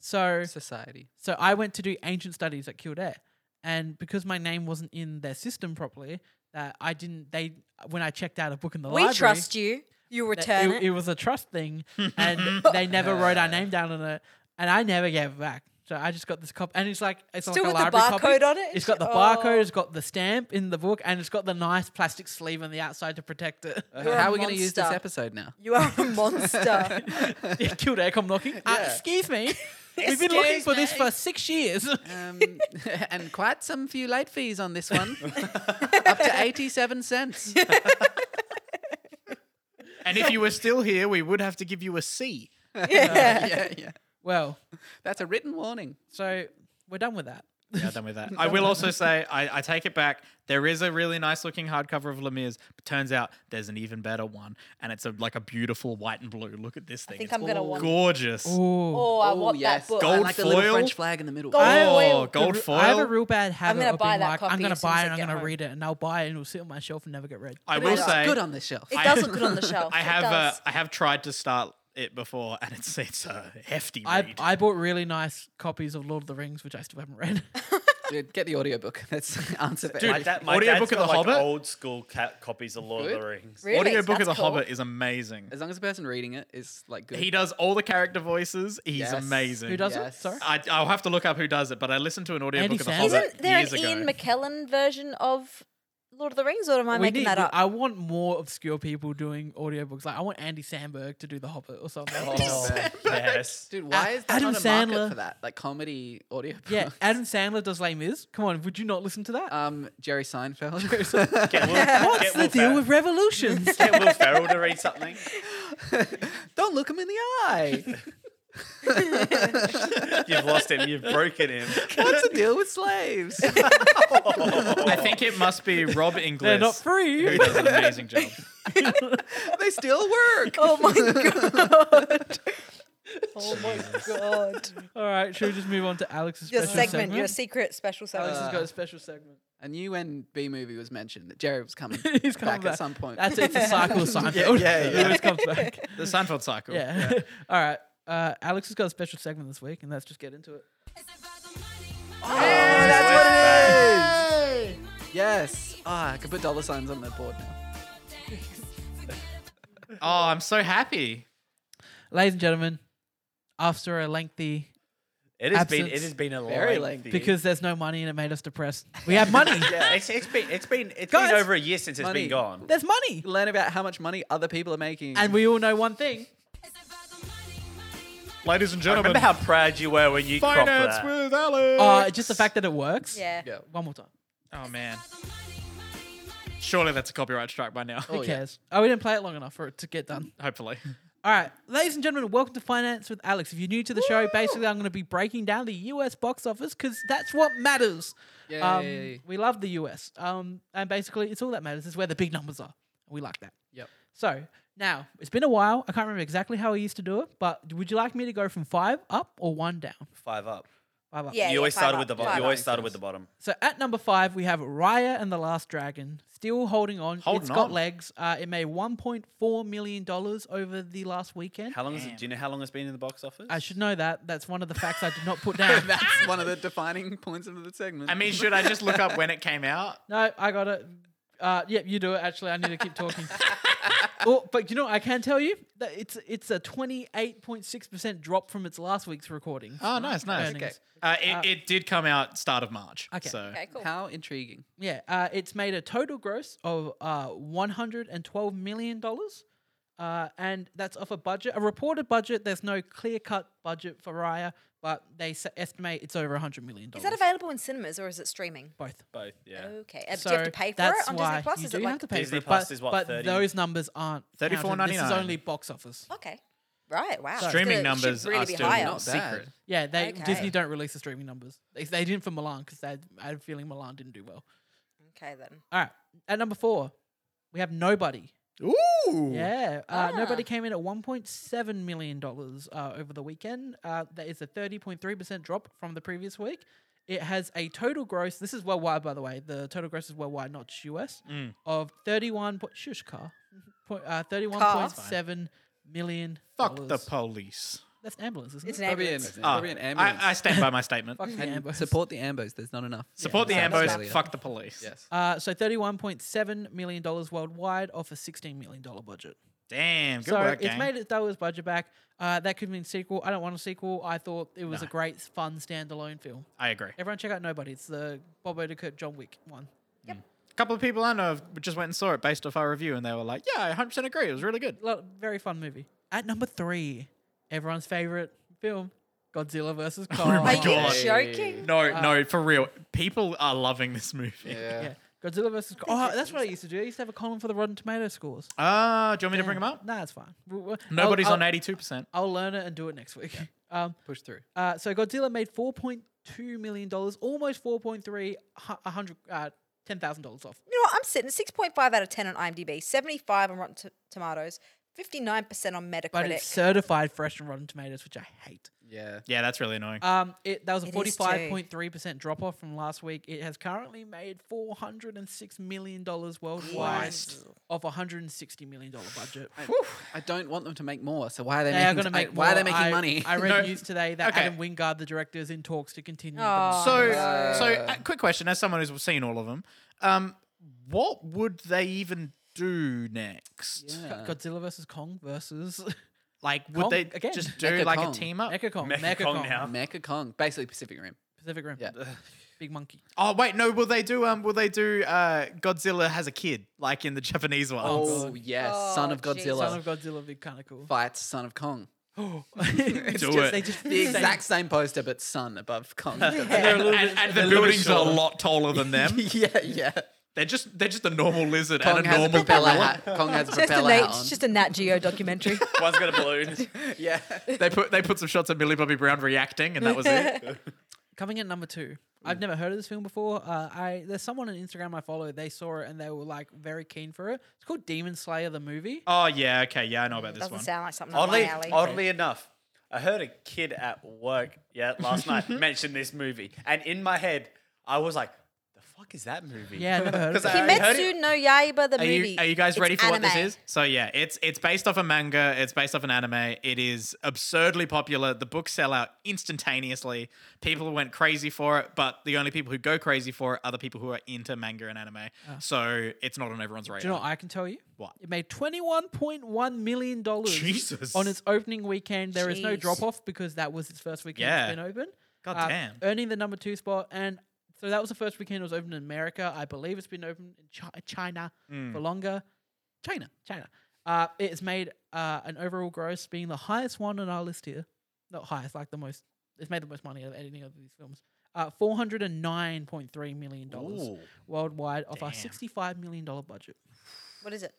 So
Society.
So I went to do ancient studies at Kildare, and because my name wasn't in their system properly, that I didn't. They when Oh, I checked out a book in the
We
library,
trust you. You
that
return
it,
it.
it was a trust thing, and they never wrote our name down on it, and I never gave it back. So I just got this copy, and it's like it's
Still
like a
with the
library copy.
barcode on it? Oh.
It's got the barcode, it's got the stamp in the book, and it's got the nice plastic sleeve on the outside to protect it.
You're
How
a
are we going to use this
monster.
episode now?
You are a monster.
Yeah, Kildare come knocking. Uh, excuse me, we've been looking
Excuse
for this for six years.
Um, and quite some few late fees on this one, up to eighty-seven cents.
And if you were still here, we would have to give you a C.
yeah.
yeah, yeah.
well,
That's a written warning.
so we're done with that.
Yeah, done with that. I will also say, I, I take it back. There is a really nice looking hardcover of Lemire's, but turns out there's an even better one, and it's a, like a beautiful white and blue. Look at this thing.
think
It's
I'm gonna want-
gorgeous.
Ooh.
Oh, I want that book.
Gold
and like the little
foil.
French flag in the middle.
Gold
I-
Oh,
foil.
gold
The re-
foil.
I have a real bad habit.
gonna
of
buy
being
that
like,
copy
I'm gonna
as soon as
buy
I
it. I'm
get
gonna
home.
read it, and I'll buy it, and it'll sit on my shelf and never get read.
I
But
will
it's
say,
good on the shelf.
It
I-
does look good on the shelf.
I
It
have uh,
does.
I have tried to start it before, and it's it's a hefty
I,
read.
I bought really nice copies of Lord of the Rings, which I still haven't read.
Dude, get the audiobook. That's the answer. for
Dude,
My
everything.
dad, my
audiobook
dad's
of The
got, like,
Hobbit?
Old school ca- copies of Lord of
Good.
the Rings.
Really?
Audiobook of
That's
the
cool.
Hobbit is amazing.
as long as the person reading it is like good.
He does all the character voices. He's
Yes.
amazing.
Who does it?
Yes.
Sorry.
I, I'll have to look up who does it, but I listened to an audiobook of The
Sanders?
Hobbit
Isn't there
years
an Ian
ago.
McKellen version of Lord of the Rings, or am I
We
making
need-
that up?
I want more obscure people doing audiobooks. Like I want Andy Sandberg to do The Hobbit or something.
Oh, yes.
Dude, why is there
Adam
not a market
Sandler.
for that? Like comedy audiobook.
yeah, Adam Sandler does Les Mis. Come on, would you not listen to
Uh,
that?
Um, Jerry Seinfeld.
Get Will, get
What's the
Will
deal
Fer-
with revolutions?
Get Will Ferrell to read something.
Don't look him in the eye.
You've lost him. You've broken him.
What's the deal with slaves?
I think it must be Rob Inglis.
They're not
who
free.
does an amazing job.
they still work.
oh my god! oh my god!
All right, should we just move on to Alex's
Your
special
segment, your secret special
Alex
segment. Uh.
has got a special segment.
I knew when B movie was mentioned that Jerry was coming
He's coming
back,
back.
at some point.
That's it. It's a cycle of Seinfeld.
yeah,
It
yeah.
always comes back.
The Seinfeld cycle.
Yeah. All right. Uh, Alex has got a special segment this week, and let's just get into it.
yes. Ah, I could put dollar signs on the board now.
Oh, I'm so happy.
Ladies and gentlemen, after a lengthy,
It has been. It
Absence.
has been a
Very lengthy.
lengthy.
because there's no money and it made us depressed, we have money.
yeah, it's, it's been. It's been. It's
Guys,
been over a year since it's
money.
been gone.
There's money.
Learn about how much money other people are making.
And we all know one thing
Ladies and gentlemen,
Remember how proud you were when you cropped
finance
that.
with Alex.
Uh, just the fact that it works.
Yeah.
Yeah.
One more time.
oh man, surely that's a copyright strike by now.
Who
yeah.
cares? Oh, we didn't play it long enough for it to get done.
Hopefully,
All right, ladies and gentlemen, welcome to Finance with Alex. If you're new to the show, basically I'm going to be breaking down the U.S. box office because that's what matters. Um,
Yay.
we love the U.S. Um, and basically, it's all that matters. It's where the big numbers are. We like that.
Yep.
So now it's been a while. I can't remember exactly how I used to do it, but would you like me to go from five up or one down?
Five up.
Five up.
Yeah,
you always
five
started
up,
with the
five
bottom. You
up.
always started with the bottom.
So at number five, we have Raya and the Last Dragon, still holding on.
Holding
it's got
on.
legs. Uh, it made 1.4 million dollars over the last weekend.
How long is it? Do you know how long it's been in the box office?
I should know that. That's one of the facts I did not put down.
That's one of the defining points of the segment.
I mean, should I just look up when it came out?
No, I got it. Uh, yep, you do it. Actually, I need to keep talking. oh, but you know, what I can tell you that it's it's a twenty eight point six percent drop from its last week's recording.
Oh, nice, nice.
Earnings.
Uh, it, it did come out start of March.
Okay.
So
Okay, cool.
how intriguing.
Yeah, uh, it's made a total gross of uh, one hundred and twelve million dollars, uh, and that's off a budget, a reported budget. There's no clear cut budget for Raya, but they s- estimate it's over hundred million
Is
dollars.
that available in cinemas or is it streaming?
Both.
Both, yeah.
Okay. Uh,
So
do you have to pay for
that's
it on
why
Disney Plus?
You
is
do
it
have
like
to pay
Disney
for it,
Plus
but,
is what,
but
30?
those numbers aren't. counted. This is
$34.99.
only box office.
okay? Right. Wow. It's
streaming
gonna- it should
numbers
really
are
be
still
higher.
not
Not bad.
secret.
Yeah, they
Okay.
Disney don't release the streaming numbers. They, they didn't for Milan because I had a feeling Milan didn't do well.
Okay then.
All right, at number four, we have Nobody.
Ooh.
Yeah, uh,
Ah.
Nobody came in at one point seven million dollars uh, over the weekend. Uh, that is a thirty point three percent drop from the previous week. It has a total gross. This is worldwide, by the way. The total gross is worldwide, not just US,
Mm.
of thirty one. Shush car, point, uh, thirty one
Car.
point seven million.
Fuck the
dollars.
police.
That's ambulance, isn't
It's
it?
an
Probably an,
ambulance.
Ah,
probably an ambulance.
I, I stand by my statement.
Fuck the
And
ambulance.
support the ambos. There's not enough.
Support
Yeah,
the
that's
Ambos.
Australia.
Fuck the police.
Yes.
Uh, so thirty-one point seven million dollars worldwide off a sixteen million dollar budget.
Damn. Good
so
work,
it's
gang.
made its dollars budget back. Uh, that could mean sequel. I don't want a sequel. I thought it was a
Nah.
great, fun standalone film.
I agree.
Everyone check out Nobody. It's the Bob Odenkirk, John Wick one.
A couple of people I know have just went and saw it based off our review, and they were like, "Yeah, I 100% agree. It was really good."
Lo- very fun movie. At number three, everyone's favorite film, Godzilla versus Kong.
Oh my
Are
God.
you joking?
No, no, for real. People are loving this movie.
uh, Yeah, Godzilla versus Kong. Oh, that's what I used to do. I used to have a column for the Rotten Tomato scores.
Ah, do you want me to bring them up?
Nah, it's fine. W- w- I'll-
Nobody's
I'll-
on 82%.
I'll learn it and do it next week. Um,
Push through.
Uh, so Godzilla made four point two million dollars, almost four point three, a hundred, uh, ten thousand dollars off.
You know what? I'm sitting six point five out of ten on IMDb, seventy five on Rotten T- Tomatoes, fifty nine percent on Metacritic.
But it's certified fresh and Rotten Tomatoes, which I hate.
Yeah.
Yeah, that's really annoying.
Um, it that was a
It
forty
is too.
five point three percent drop off from last week. It has currently made four hundred and six million dollars worldwide
Christ.
of a hundred and sixty million dollar budget.
I, I don't want them to make more. So why are they,
They
making?
are going to
I-
make.
why are they
more.
making
I-
money?
I read
No.
news today that
Okay.
Adam Wingard, the director, is in talks to continue. the
Aw.
Oh,
development.
So,
no.
so uh, quick question: As someone who's seen all of them, um, what would they even do next?
Yeah.
Godzilla versus Kong versus
Like, would
Kong
they
again.
just do
Mecha
like
Kong.
a team up?
Mecha Kong.
Mecha
Mecha
Kong
Kong.
now.
Mecha Kong, basically Pacific Rim.
Pacific Rim.
Yeah.
Big monkey.
Oh wait, no. Will they do? Um, will they do? Uh, Godzilla has a kid, like in the Japanese ones.
Oh,
God.
yes,
Oh,
Son of
jeez.
Godzilla
Son of Godzilla would be kind of cool.
fights Son of Kong.
it's
Do
just,
it.
They just
The exact same poster, but Son above Kong. yeah,
and, and- and the buildings are a lot taller than them.
yeah.
they're just they're just a normal lizard
Kong
and a
has a
normal
propeller
gorilla.
hat. Kong has a
just a
propeller
Nat,
hat on.
it's just a Nat Geo documentary.
One's got a balloon.
yeah.
They put they put some shots of Millie Bobby Brown reacting, and that was it.
Coming in number two.
Mm.
I've never heard of this film before. Uh, I there's someone on Instagram I follow. They saw it and they were like very keen for it. It's called Demon Slayer the movie.
Oh yeah, okay, yeah, I know about this
Doesn't
one.
sound like something
Oddly,
up my alley.
oddly enough, I heard a kid at work yeah last night mention this movie, and in my head, I was like, "The fuck is that movie?"
Yeah, I've never heard of
'Cause
it.
I heard
Kimetsu
it-
no Yaiba the
uh, Are
movie.
you, are you guys
It's
ready for what
anime.
this is? So yeah, it's it's based off a manga. It's based off an anime. It is absurdly popular. The books sell out instantaneously. People went crazy for it, but the only people who go crazy for it are the people who are into manga and anime. So it's not on everyone's radar.
Do you know what I can tell you?
What?
It made twenty one point one million dollars
Jesus.
on its opening weekend. There is no
Jeez.
drop off because that was its first weekend
Yeah.
it's been open. Uh,
God damn.
Earning the number two spot and so that was the first weekend it was open in America. I believe it's been open in chi- China
Mm.
for longer. China, China. Uh, it's made uh, an overall gross being the highest one on our list here. not highest, like the most. It's made the most money out of anything of these films. Uh, four hundred and nine point three million dollars
Ooh.
worldwide of a
Damn.
sixty-five million dollar budget.
What is it?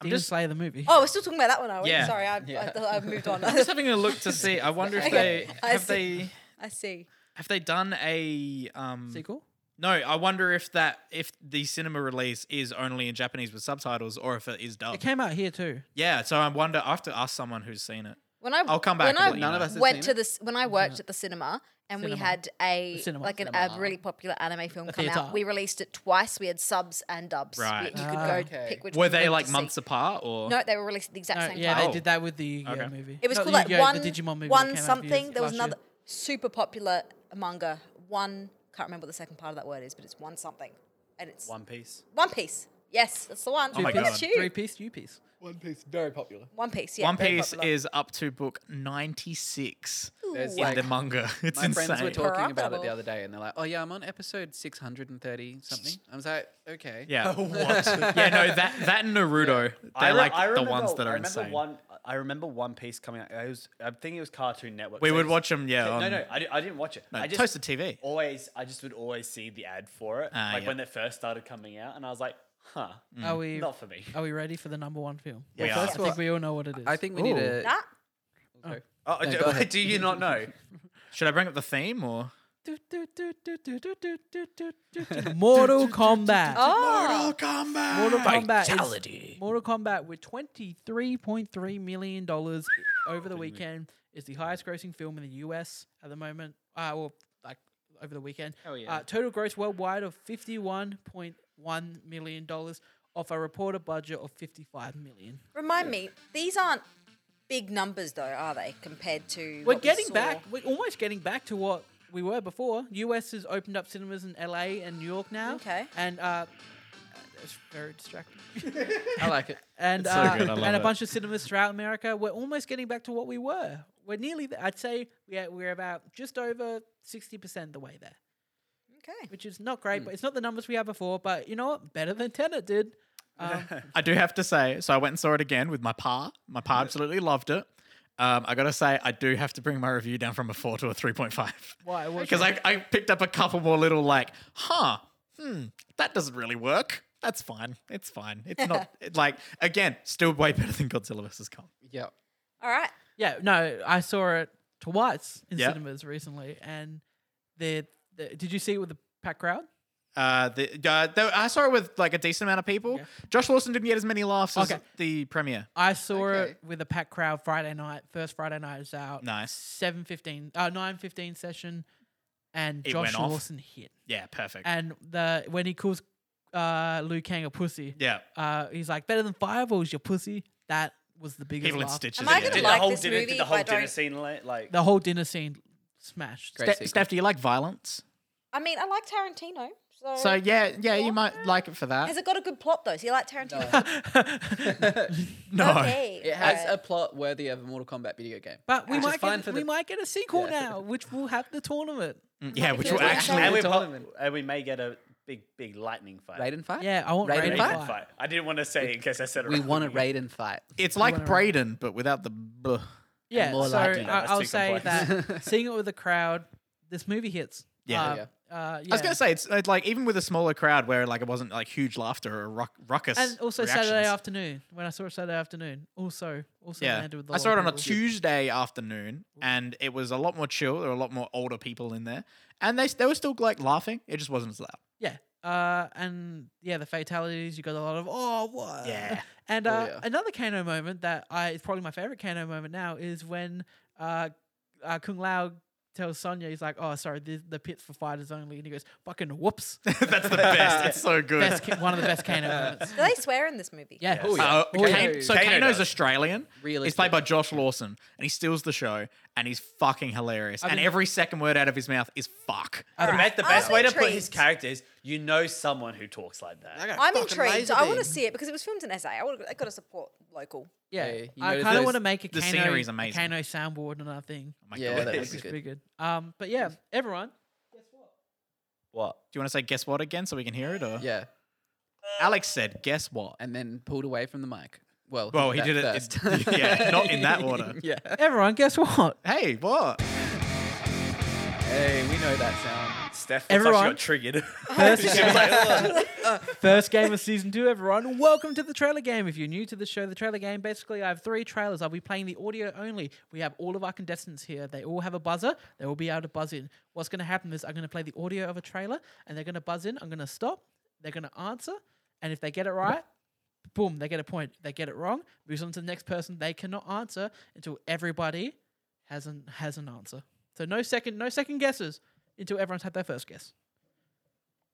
Demon
just-
Slayer the movie.
Oh, we're still talking about that one, are we?
Yeah.
Sorry, I,
Yeah.
I, thought I've moved on.
I'm just having a look to see. I wonder if
Okay,
they
I
have
see.
they
I see.
have they done a um
Sequel.
No, I wonder if that if the cinema release is only in Japanese with subtitles or if it is
It
dubbed.
came out here too.
Yeah, so I wonder. I have to ask someone who's seen it.
When I
I'll come back
When
and
I
let you
None of
know.
us have
went
seen
to
it.
this when I worked at the cinema and we
Cinema.
had a
The cinema.
like an, a
Cinema.
really popular anime film
The
come
theatre.
out. We released it twice. We had subs and dubs. We-
Right.
you could
Ah.
go
Okay.
pick which.
Were
one you
they
wanted
like
to
months
see.
apart or
No, they were released at the exact
No,
same
yeah,
time.
they
Oh.
did that with the Yu-Gi-Oh
Okay.
movie.
It was
Not
called like
Yu-Gi-Oh, the
one
Digimon movie that
one
came out a few
something.
years-
There was
last
another
year.
super popular manga. One can't remember what the second part of that word is, but it's one something, and it's one,
One Piece.
Piece. Yes, that's the one.
Oh my
That's
God.
you.
Three piece, U piece.
One Piece, very popular.
One Piece. Yeah,
One
very
Piece
popular.
is up to book 96
There's
in
like,
the manga. It's
my
insane.
friends were talking about it the
Profitable.
other day, and they're like, "Oh yeah, I'm on episode 630 something." I was like, "Okay,
yeah. yeah, no, that that and Naruto, they're
re-
like the
remember-
ones that
I
are
remember
insane.
One, I remember One Piece coming out. I was, I'm thinking it was Cartoon Network.
we
so
would
it's-
watch them, yeah.
No,
on-
no, I, di- I didn't watch it.
no,
I just Oh,
Toasted TV.
always, I just would always see the ad for it,
Ah,
like
yeah.
when they first started coming out, and I was like, huh,
Are we
not for me.
are we ready for the number one film?
We
Well,
are.
I
first of all,
think we all know what it is.
I think we need
Ooh.
a.
Nah.
Okay.
Oh,
No,
do,
go ahead.
do you not know?
Should I bring up the theme or?
Do, do, do, do, do, do, do, do, do, do, do. Mortal Kombat.
Oh,
Kombat!
Mortal Kombat
Vitality.
is Mortal Kombat with twenty three point three million dollars over the weekend is the highest grossing film in the U.S. at the moment. Uh, well, like over the weekend. Oh
yeah.
Uh, total gross worldwide of fifty one point one million dollars off a reported budget of fifty five million.
remind me. These aren't big numbers though, are they? Compared to
We're
what we
getting
saw?
back. We're almost getting back to what we were before. U.S. has opened up cinemas in L.A. and New York now.
Okay.
And uh, it's very distracting.
I like it.
and
It's so
uh,
good, I love
and a
it.
bunch of cinemas throughout America. We're almost getting back to what we were. We're nearly. There. I'd say we're we're about just over sixty percent the way there,
Okay.
which is not
Hmm.
great, but it's not the numbers we had before. But you know what? Better than Tenet did. Um,
I do have to say, so I went and saw it again with my pa. My pa absolutely loved it. Um, I gotta say, I do have to bring my review down from a four to a three point five.
Why? What-
Because I, I picked up a couple more little like, huh, hmm, that doesn't really work. That's fine. It's fine. It's not it, like again, still way better than Godzilla vs Kong.
Yeah.
All right.
Yeah, no, I saw it twice in
Yeah.
cinemas recently, and the, the did you see it with the packed crowd?
Uh, the, uh, the, I saw it with like a decent amount of people.
Okay.
Josh Lawson didn't get as many laughs as
Okay.
the premiere.
I saw
Okay.
it with a packed crowd Friday night. First Friday night is out.
Nice.
Seven fifteen, uh, nine fifteen session, and
It
Josh
went off.
Lawson hit.
Yeah, perfect.
And the when he calls uh, Liu Kang a pussy,
yeah,
uh, he's like better than fireballs, your pussy. That was the biggest.
people in
laugh.
stitches.
Am I
yeah.
gonna
Did
like
the whole
this
dinner,
movie
did the
if
whole
I
dinner
don't-
scene like, like
The whole dinner scene smashed.
Great.
Ste-
sequel.
Steph, do you like violence?
I mean, I like Tarantino. So,
So yeah, yeah, you
Yeah.
might like it for that.
has it got a good plot though? So you like Tarantino?
no,
Okay.
It has
all
a
right.
plot worthy of a Mortal Kombat video game.
But we
Which is
might
fine
get,
for
we
the-
might get a sequel
Yeah.
now, which will have the tournament.
yeah, which will
Yeah.
actually.
and we,
the
po-
tournament.
and we may get a big, big lightning fight.
Raid and fight.
Yeah, I want
Raiden
Raiden
fight?
fight.
I didn't want to say it in case I said it.
We
wrong.
want to raid and fight.
It's like Braden, but without the. B.
Yeah,
more
so
likely.
I,
That's
I'll
too
say
complex.
that seeing it with a crowd, this movie hits.
Yeah.
Uh,
Yeah.
uh, yeah.
I was gonna say it's, it's like even with a smaller crowd where like it wasn't like huge laughter or ruck, ruckus.
and also
reactions.
Saturday afternoon when I saw it Saturday afternoon, also also
Yeah,
landed with. a
I
lot
saw
of
it on a
people.
Tuesday afternoon, and it was a lot more chill. There were a lot more older people in there, and they they were still like laughing. It just wasn't as loud.
Yeah. Uh, and yeah, the fatalities. You got a lot of oh what?
Yeah.
And
Oh,
uh,
yeah.
another Kano moment that I is probably my favorite Kano moment now is when uh, uh Kung Lao tells Sonya he's like oh sorry the, the pit's for fighters only and he goes fucking whoops
That's the best. It's so good.
best Ka- one of the best Kano moments.
Do they swear in this movie?
Yeah.
Oh, yeah.
Uh,
Oh, yeah.
Kane- so
Kano
Kano's
does.
Australian.
Really
He's played by Josh Lawson, and he steals the show, and he's fucking hilarious. and every second word out of his mouth is "fuck." Oh
The, best- the
I'm
best way to put his
intrigued.
character is you know someone who talks like that.
I'm intrigued. I want to see it because it was filmed in SA. I want. I got to support local.
Yeah,
Hey, you
I
notice
kind of
those-
want to make a
the
Kano,
scenery's
a
amazing.
Kano soundboard and a thing.
Oh my
Yeah, that
God.
would
It's
be
just
good.
pretty good. Um, but yeah, everyone.
What?
Do you want to say guess what again so we can hear it? Or
Yeah,
Alex said guess what?
and then pulled away from the mic. Well,
Well, he
that
did it.
first.
it- yeah, not in that water.
yeah.
Everyone, guess what?
Hey, what?
Hey, we know that sound.
Steph looks like
Everyone-
she got triggered.
First
She
game,
was like, "Ugh."
first game of season two, everyone. Welcome to the trailer game. If you're new to the show, the trailer game basically, I have three trailers. I'll be playing the audio only. We have all of our contestants here. They all have a buzzer. They will be able to buzz in. What's going to happen is I'm going to play the audio of a trailer, and they're going to buzz in. I'm going to stop. They're going to answer, and if they get it right, boom, they get a point. If they get it wrong, moves on to the next person. They cannot answer until everybody has an has an answer. So no second, no second guesses until everyone's had their first guess.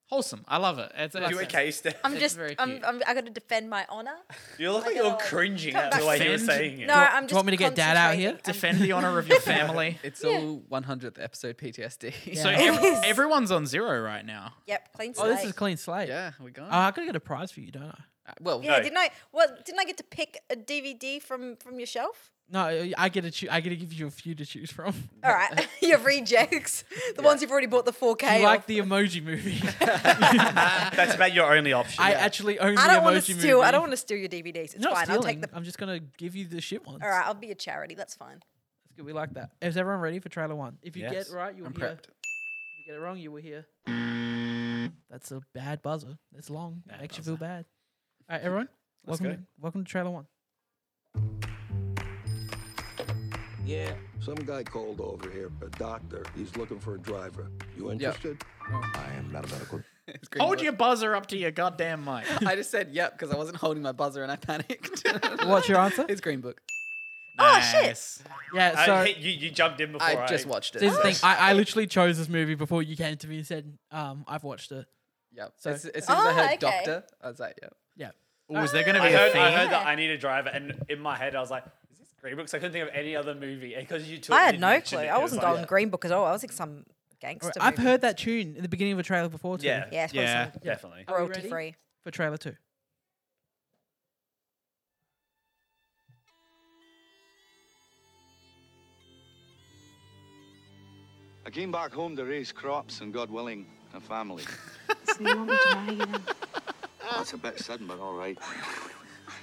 Wholesome. I love it. It's, it's,
You okay, Steph?
I'm
It's
just,
very
I'm,
cute.
I'm, I got to defend my honor.
You look
my
like you're
God.
cringing
oh, Come
at the
back.
way you were
Defend-
saying it.
No,
want-
I'm
do
just.
you want me to get dad out here?
concentrating.
defend the honor of your family.
It's
Yeah.
all 100th episode PTSD.
So
Yeah.
ev- everyone's on zero right now.
I'm- Yep, clean slate.
Oh, this is clean slate.
yeah, we got.
Oh, I gotta get a prize for you, don't I?
well,
Yeah,
No.
didn't I? Well, didn't I get to pick a DVD from from your shelf?
No, I- I get to choo- I get to give you a few to choose from.
All right, your rejects, the ones you've already bought the 4K.
you like
of.
the emoji movie?
That's about your only option.
I actually own
I
the
don't want to
emoji
steal.
movie.
I don't want to steal your DVDs. It's
Not
fine.
stealing.
I'll take the.
I'm just gonna give you the shit ones.
All right, I'll be a charity. That's fine.
That's good. We like that. Is everyone ready for trailer one? If you
Yes.
get right, you'll
I'm
hear.
prepped.
If you get it wrong, you will hear. That's a bad buzzer. It's long. It makes you feel bad. All right, everyone. welcome.
go.
To, welcome to trailer one.
Yeah. Some guy called over here, a doctor. He's looking for a driver. You interested? I am not a medical.
It's green
Hold
light.
your buzzer up to your goddamn mic.
I just said yep because I wasn't holding my buzzer and I panicked.
What's your answer?
It's Green Book.
Oh, shit.
Nice.
Yeah. So
I, you, Uh, you jumped in before.
I just watched it.
this is the thing.
so-
I, I literally chose this movie before you came to me and said, um, "I've watched it."
Yep.
So-
as, as soon as I
Oh,
heard
okay.
Doctor, I was like, yep.
Yeah.
Ooh, is there going to
I
be a
heard,
theme?
I heard that I need a driver, and in my head I was like, "Is this Green Book?" 'Cause I couldn't think of any other movie. Because you,
I had no clue. I wasn't going Green Book at all. I was like some gangster.
I've
movie.
heard that tune at the beginning of a trailer before too.
Yeah.
Yeah, it's probably
Yeah.
something
Definitely.
Are we
royalty
ready?
free.
For trailer two.
I came back home to raise crops and, God willing, a family.
So you want me to marry you then?
That's a bit sudden, but all right.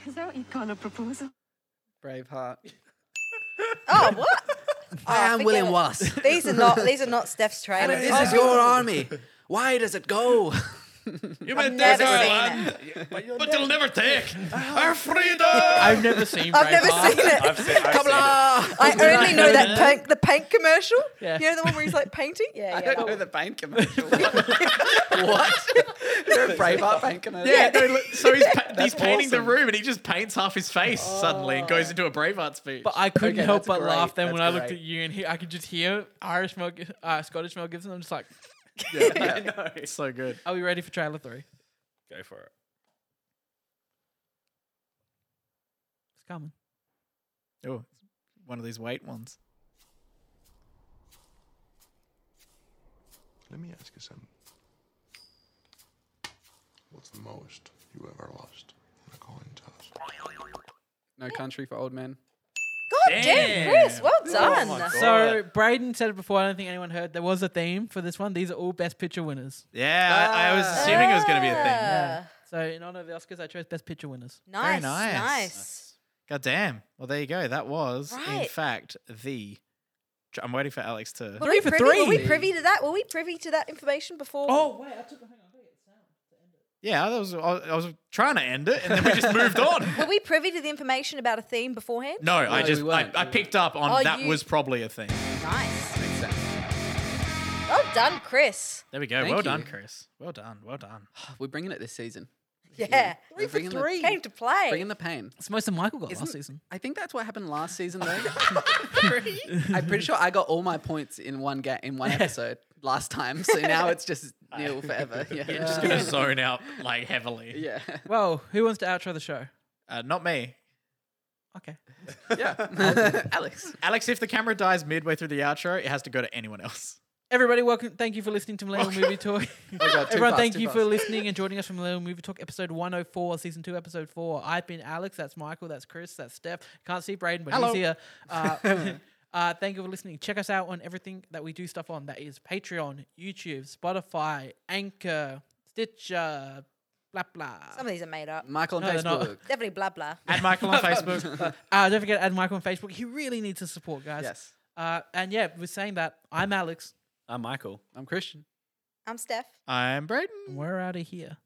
Is that what you call a proposal?
Braveheart.
Oh, what?
I
am forget William it.
Wallace.
These are not. These are not Steph's trailers.
this is your army. Why does it go?
You
I've never seen it.
but you'll never take our freedom.
I've never seen.
I've never seen it.
I've seen, I've seen it.
Kabla!
I only know that paint, the paint commercial.
Yeah.
You know the one where he's like painting. Yeah,
I
yeah.
don't know the bank commercial. what? You're a Braveheart bank commercial?
Yeah, no, look, so he's, pa- he's
That's
painting the
awesome.
room and he just paints half his face suddenly and goes into a Braveheart speech.
But I couldn't
Okay,
help
that's
but
great,
laugh then when
that's
I looked
great.
at you and he, I could just hear Irish Mel, Gib- uh, Scottish Mel Gibson. I'm just like,
it's so good.
are we ready for trailer three? It's
Go for it.
coming.
Oh, it's one of these weight ones.
Let me ask you something. What's the most you ever lost? I'm calling toast.
No country for old men.
God damn, Chris, well done. Uh,
So Braden said it before. I don't think anyone heard. There was a theme for this one. These are all Best Picture winners.
Yeah, I, I was assuming it was going to be a thing.
Ah,
So in honor of the Oscars, I chose Best Picture winners.
nice,
nice.
nice.
God damn. Well, there you go. That was, in
Right.
fact, the. I'm waiting for Alex to.
Were
Three
we
for
privy- Were
three.
we privy to that? Were we privy to that information before?
wait, I took. Hang on,
Yeah, that was. I was- I was trying to end it, and then we just moved on.
were we privy to the information about a theme beforehand?
No, I
No,
just
we
I,
weren't.
I picked up on
Oh,
that
you-
was probably a thing.
Nice.
Makes sense.
Well done, Chris.
There we go.
Thank
well
you.
done, Chris. Well done. Well done.
We're bringing it this season.
Yeah.
We're bringing the-
Came to play.
Bringing the pain.
It's most of Michael got
Isn't-
last season.
I think that's what happened last season, though. I'm pretty sure I got all my points in one ga- in one episode last time, so now it's just nil forever. Yeah,
You're just gonna zone out like heavily.
yeah,
Well, who wants to outro the show?
Uh, not me,
Okay.
yeah. Alex,
Alex. If the camera dies midway through the outro, it has to go to anyone else.
Everybody, welcome. Thank you for listening to Millennial Movie Talk.
Oh, God, too
Everyone,
fast,
thank
too
you for
fast.
listening and joining us from Millennial Movie Talk, episode 104, season 2, episode 4. I've been Alex, that's Michael, that's Chris, that's Steph. Can't see Braden, but
Hello.
he's here. Uh, uh, thank you for listening. Check us out on everything that we do stuff on. That is Patreon, YouTube, Spotify, Anchor, Stitcher, Blah blah.
Some of these are made up.
Michael on
No, they're not.
Facebook.
Definitely blah blah.
Add Michael on Facebook.
Uh, don't forget to add Michael on Facebook. He really needs the support, guys.
Yes.
Uh, and yeah, we're saying that. I'm Alex.
I'm Michael.
I'm Christian.
I'm Steph.
I'm Braden.
and We're out of here.